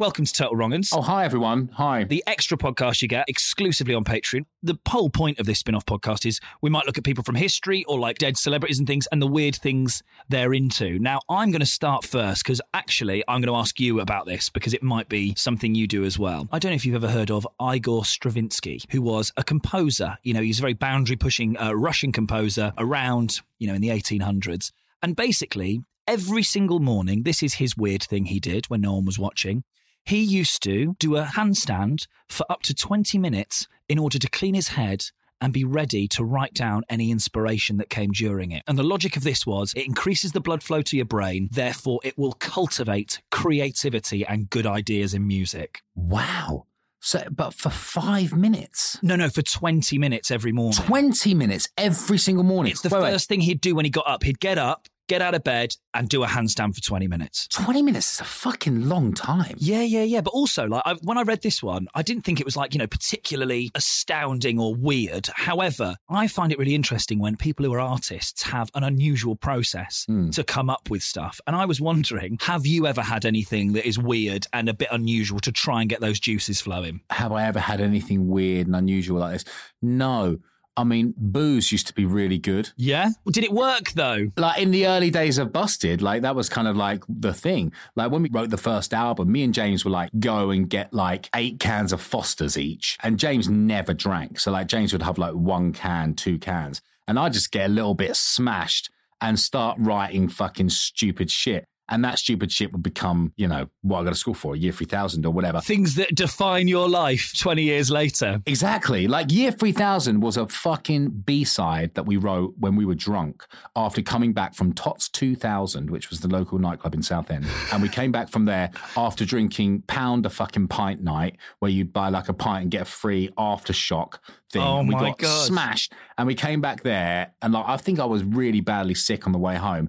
Speaker 2: Welcome to Total Wrongans.
Speaker 3: Oh, hi, everyone. Hi.
Speaker 2: The extra podcast you get exclusively on Patreon. The whole point of this spin off podcast is we might look at people from history or like dead celebrities and things and the weird things they're into. Now, I'm going to start first because actually, I'm going to ask you about this because it might be something you do as well. I don't know if you've ever heard of Igor Stravinsky, who was a composer. You know, he's a very boundary pushing uh, Russian composer around, you know, in the 1800s. And basically, every single morning, this is his weird thing he did when no one was watching. He used to do a handstand for up to 20 minutes in order to clean his head and be ready to write down any inspiration that came during it. And the logic of this was it increases the blood flow to your brain, therefore, it will cultivate creativity and good ideas in music.
Speaker 3: Wow. So, but for five minutes,
Speaker 2: No, no, for 20 minutes every morning.
Speaker 3: 20 minutes every single morning.
Speaker 2: It's the
Speaker 3: Wait, wait.
Speaker 2: first thing he'd do when he got up. He'd get up, get out of bed, and do a handstand for 20 minutes.
Speaker 3: 20 minutes is a fucking long time.
Speaker 2: Yeah, yeah, yeah. But also, like, I, when I read this one, I didn't think it was like, you know, particularly astounding or weird. However, I find it really interesting when people who are artists have an unusual process to come up with stuff. And I was wondering, have you ever had anything that is weird and a bit unusual to try and get those juices flowing?
Speaker 3: Have I ever had anything weird and unusual like this? No. I mean, booze used to be really good.
Speaker 2: Yeah. Did it work though?
Speaker 3: Like in the early days of Busted, like that was kind of like the thing. Like when we wrote the first album, me and James were like, go and get like eight cans of Foster's each. And James never drank. So like James would have like one can, two cans. And I just get a little bit smashed and start writing fucking stupid shit. And that stupid shit would become, you know, what I go to school for, year 3000 or whatever.
Speaker 2: Things that define your life 20 years later.
Speaker 3: Exactly. Like Year 3000 was a fucking B side that we wrote when we were drunk after coming back from Tots 2000, which was the local nightclub in Southend. And we came back from there after drinking Pound a fucking pint night, where you'd buy like a pint and get a free aftershock thing.
Speaker 2: Oh
Speaker 3: and we
Speaker 2: my
Speaker 3: got
Speaker 2: God.
Speaker 3: smashed. And we came back there, and like, I think I was really badly sick on the way home.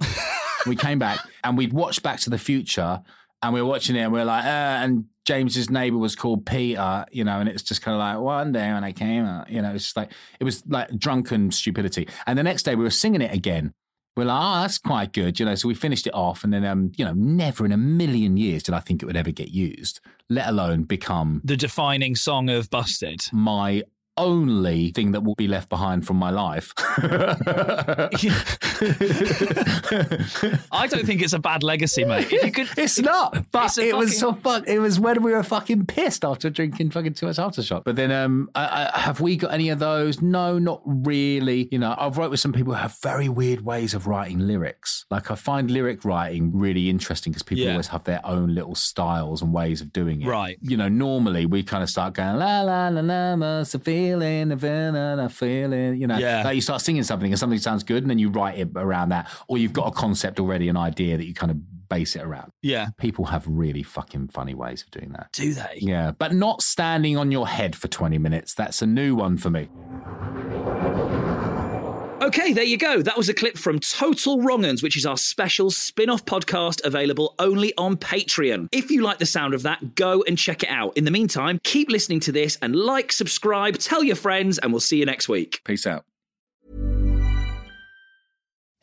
Speaker 3: we came back and we'd watched Back to the Future. and we were watching it and we are like, uh, and James's neighbor was called Peter, you know, and it's just kind of like one day when I came out, you know, it's just like it was like drunken stupidity. And the next day we were singing it again. We we're like, oh, that's quite good, you know. So we finished it off, and then, um, you know, never in a million years did I think it would ever get used, let alone become
Speaker 2: the defining song of Busted.
Speaker 3: My only thing that will be left behind from my life.
Speaker 2: I don't think it's a bad legacy, mate. If you could,
Speaker 3: it's not. But it's it fucking... was so fuck. It was when we were fucking pissed after drinking fucking too much aftershock. But then, um, I, I, have we got any of those? No, not really. You know, I've wrote with some people who have very weird ways of writing lyrics. Like I find lyric writing really interesting because people yeah. always have their own little styles and ways of doing it.
Speaker 2: Right.
Speaker 3: You know, normally we kind of start going la la la la. la it's a feeling, a feeling, a feeling. You know, yeah. Uh, like you start singing something and something sounds good, and then you write it around that, or you've got a concept already, an idea that you kind of base it around.
Speaker 2: Yeah,
Speaker 3: people have really fucking funny ways of doing that.
Speaker 2: Do they?
Speaker 3: Yeah, but not standing on your head for twenty minutes. That's a new one for me.
Speaker 2: Okay, there you go. That was a clip from Total Wronguns, which is our special spin off podcast available only on Patreon. If you like the sound of that, go and check it out. In the meantime, keep listening to this and like, subscribe, tell your friends, and we'll see you next week.
Speaker 3: Peace out.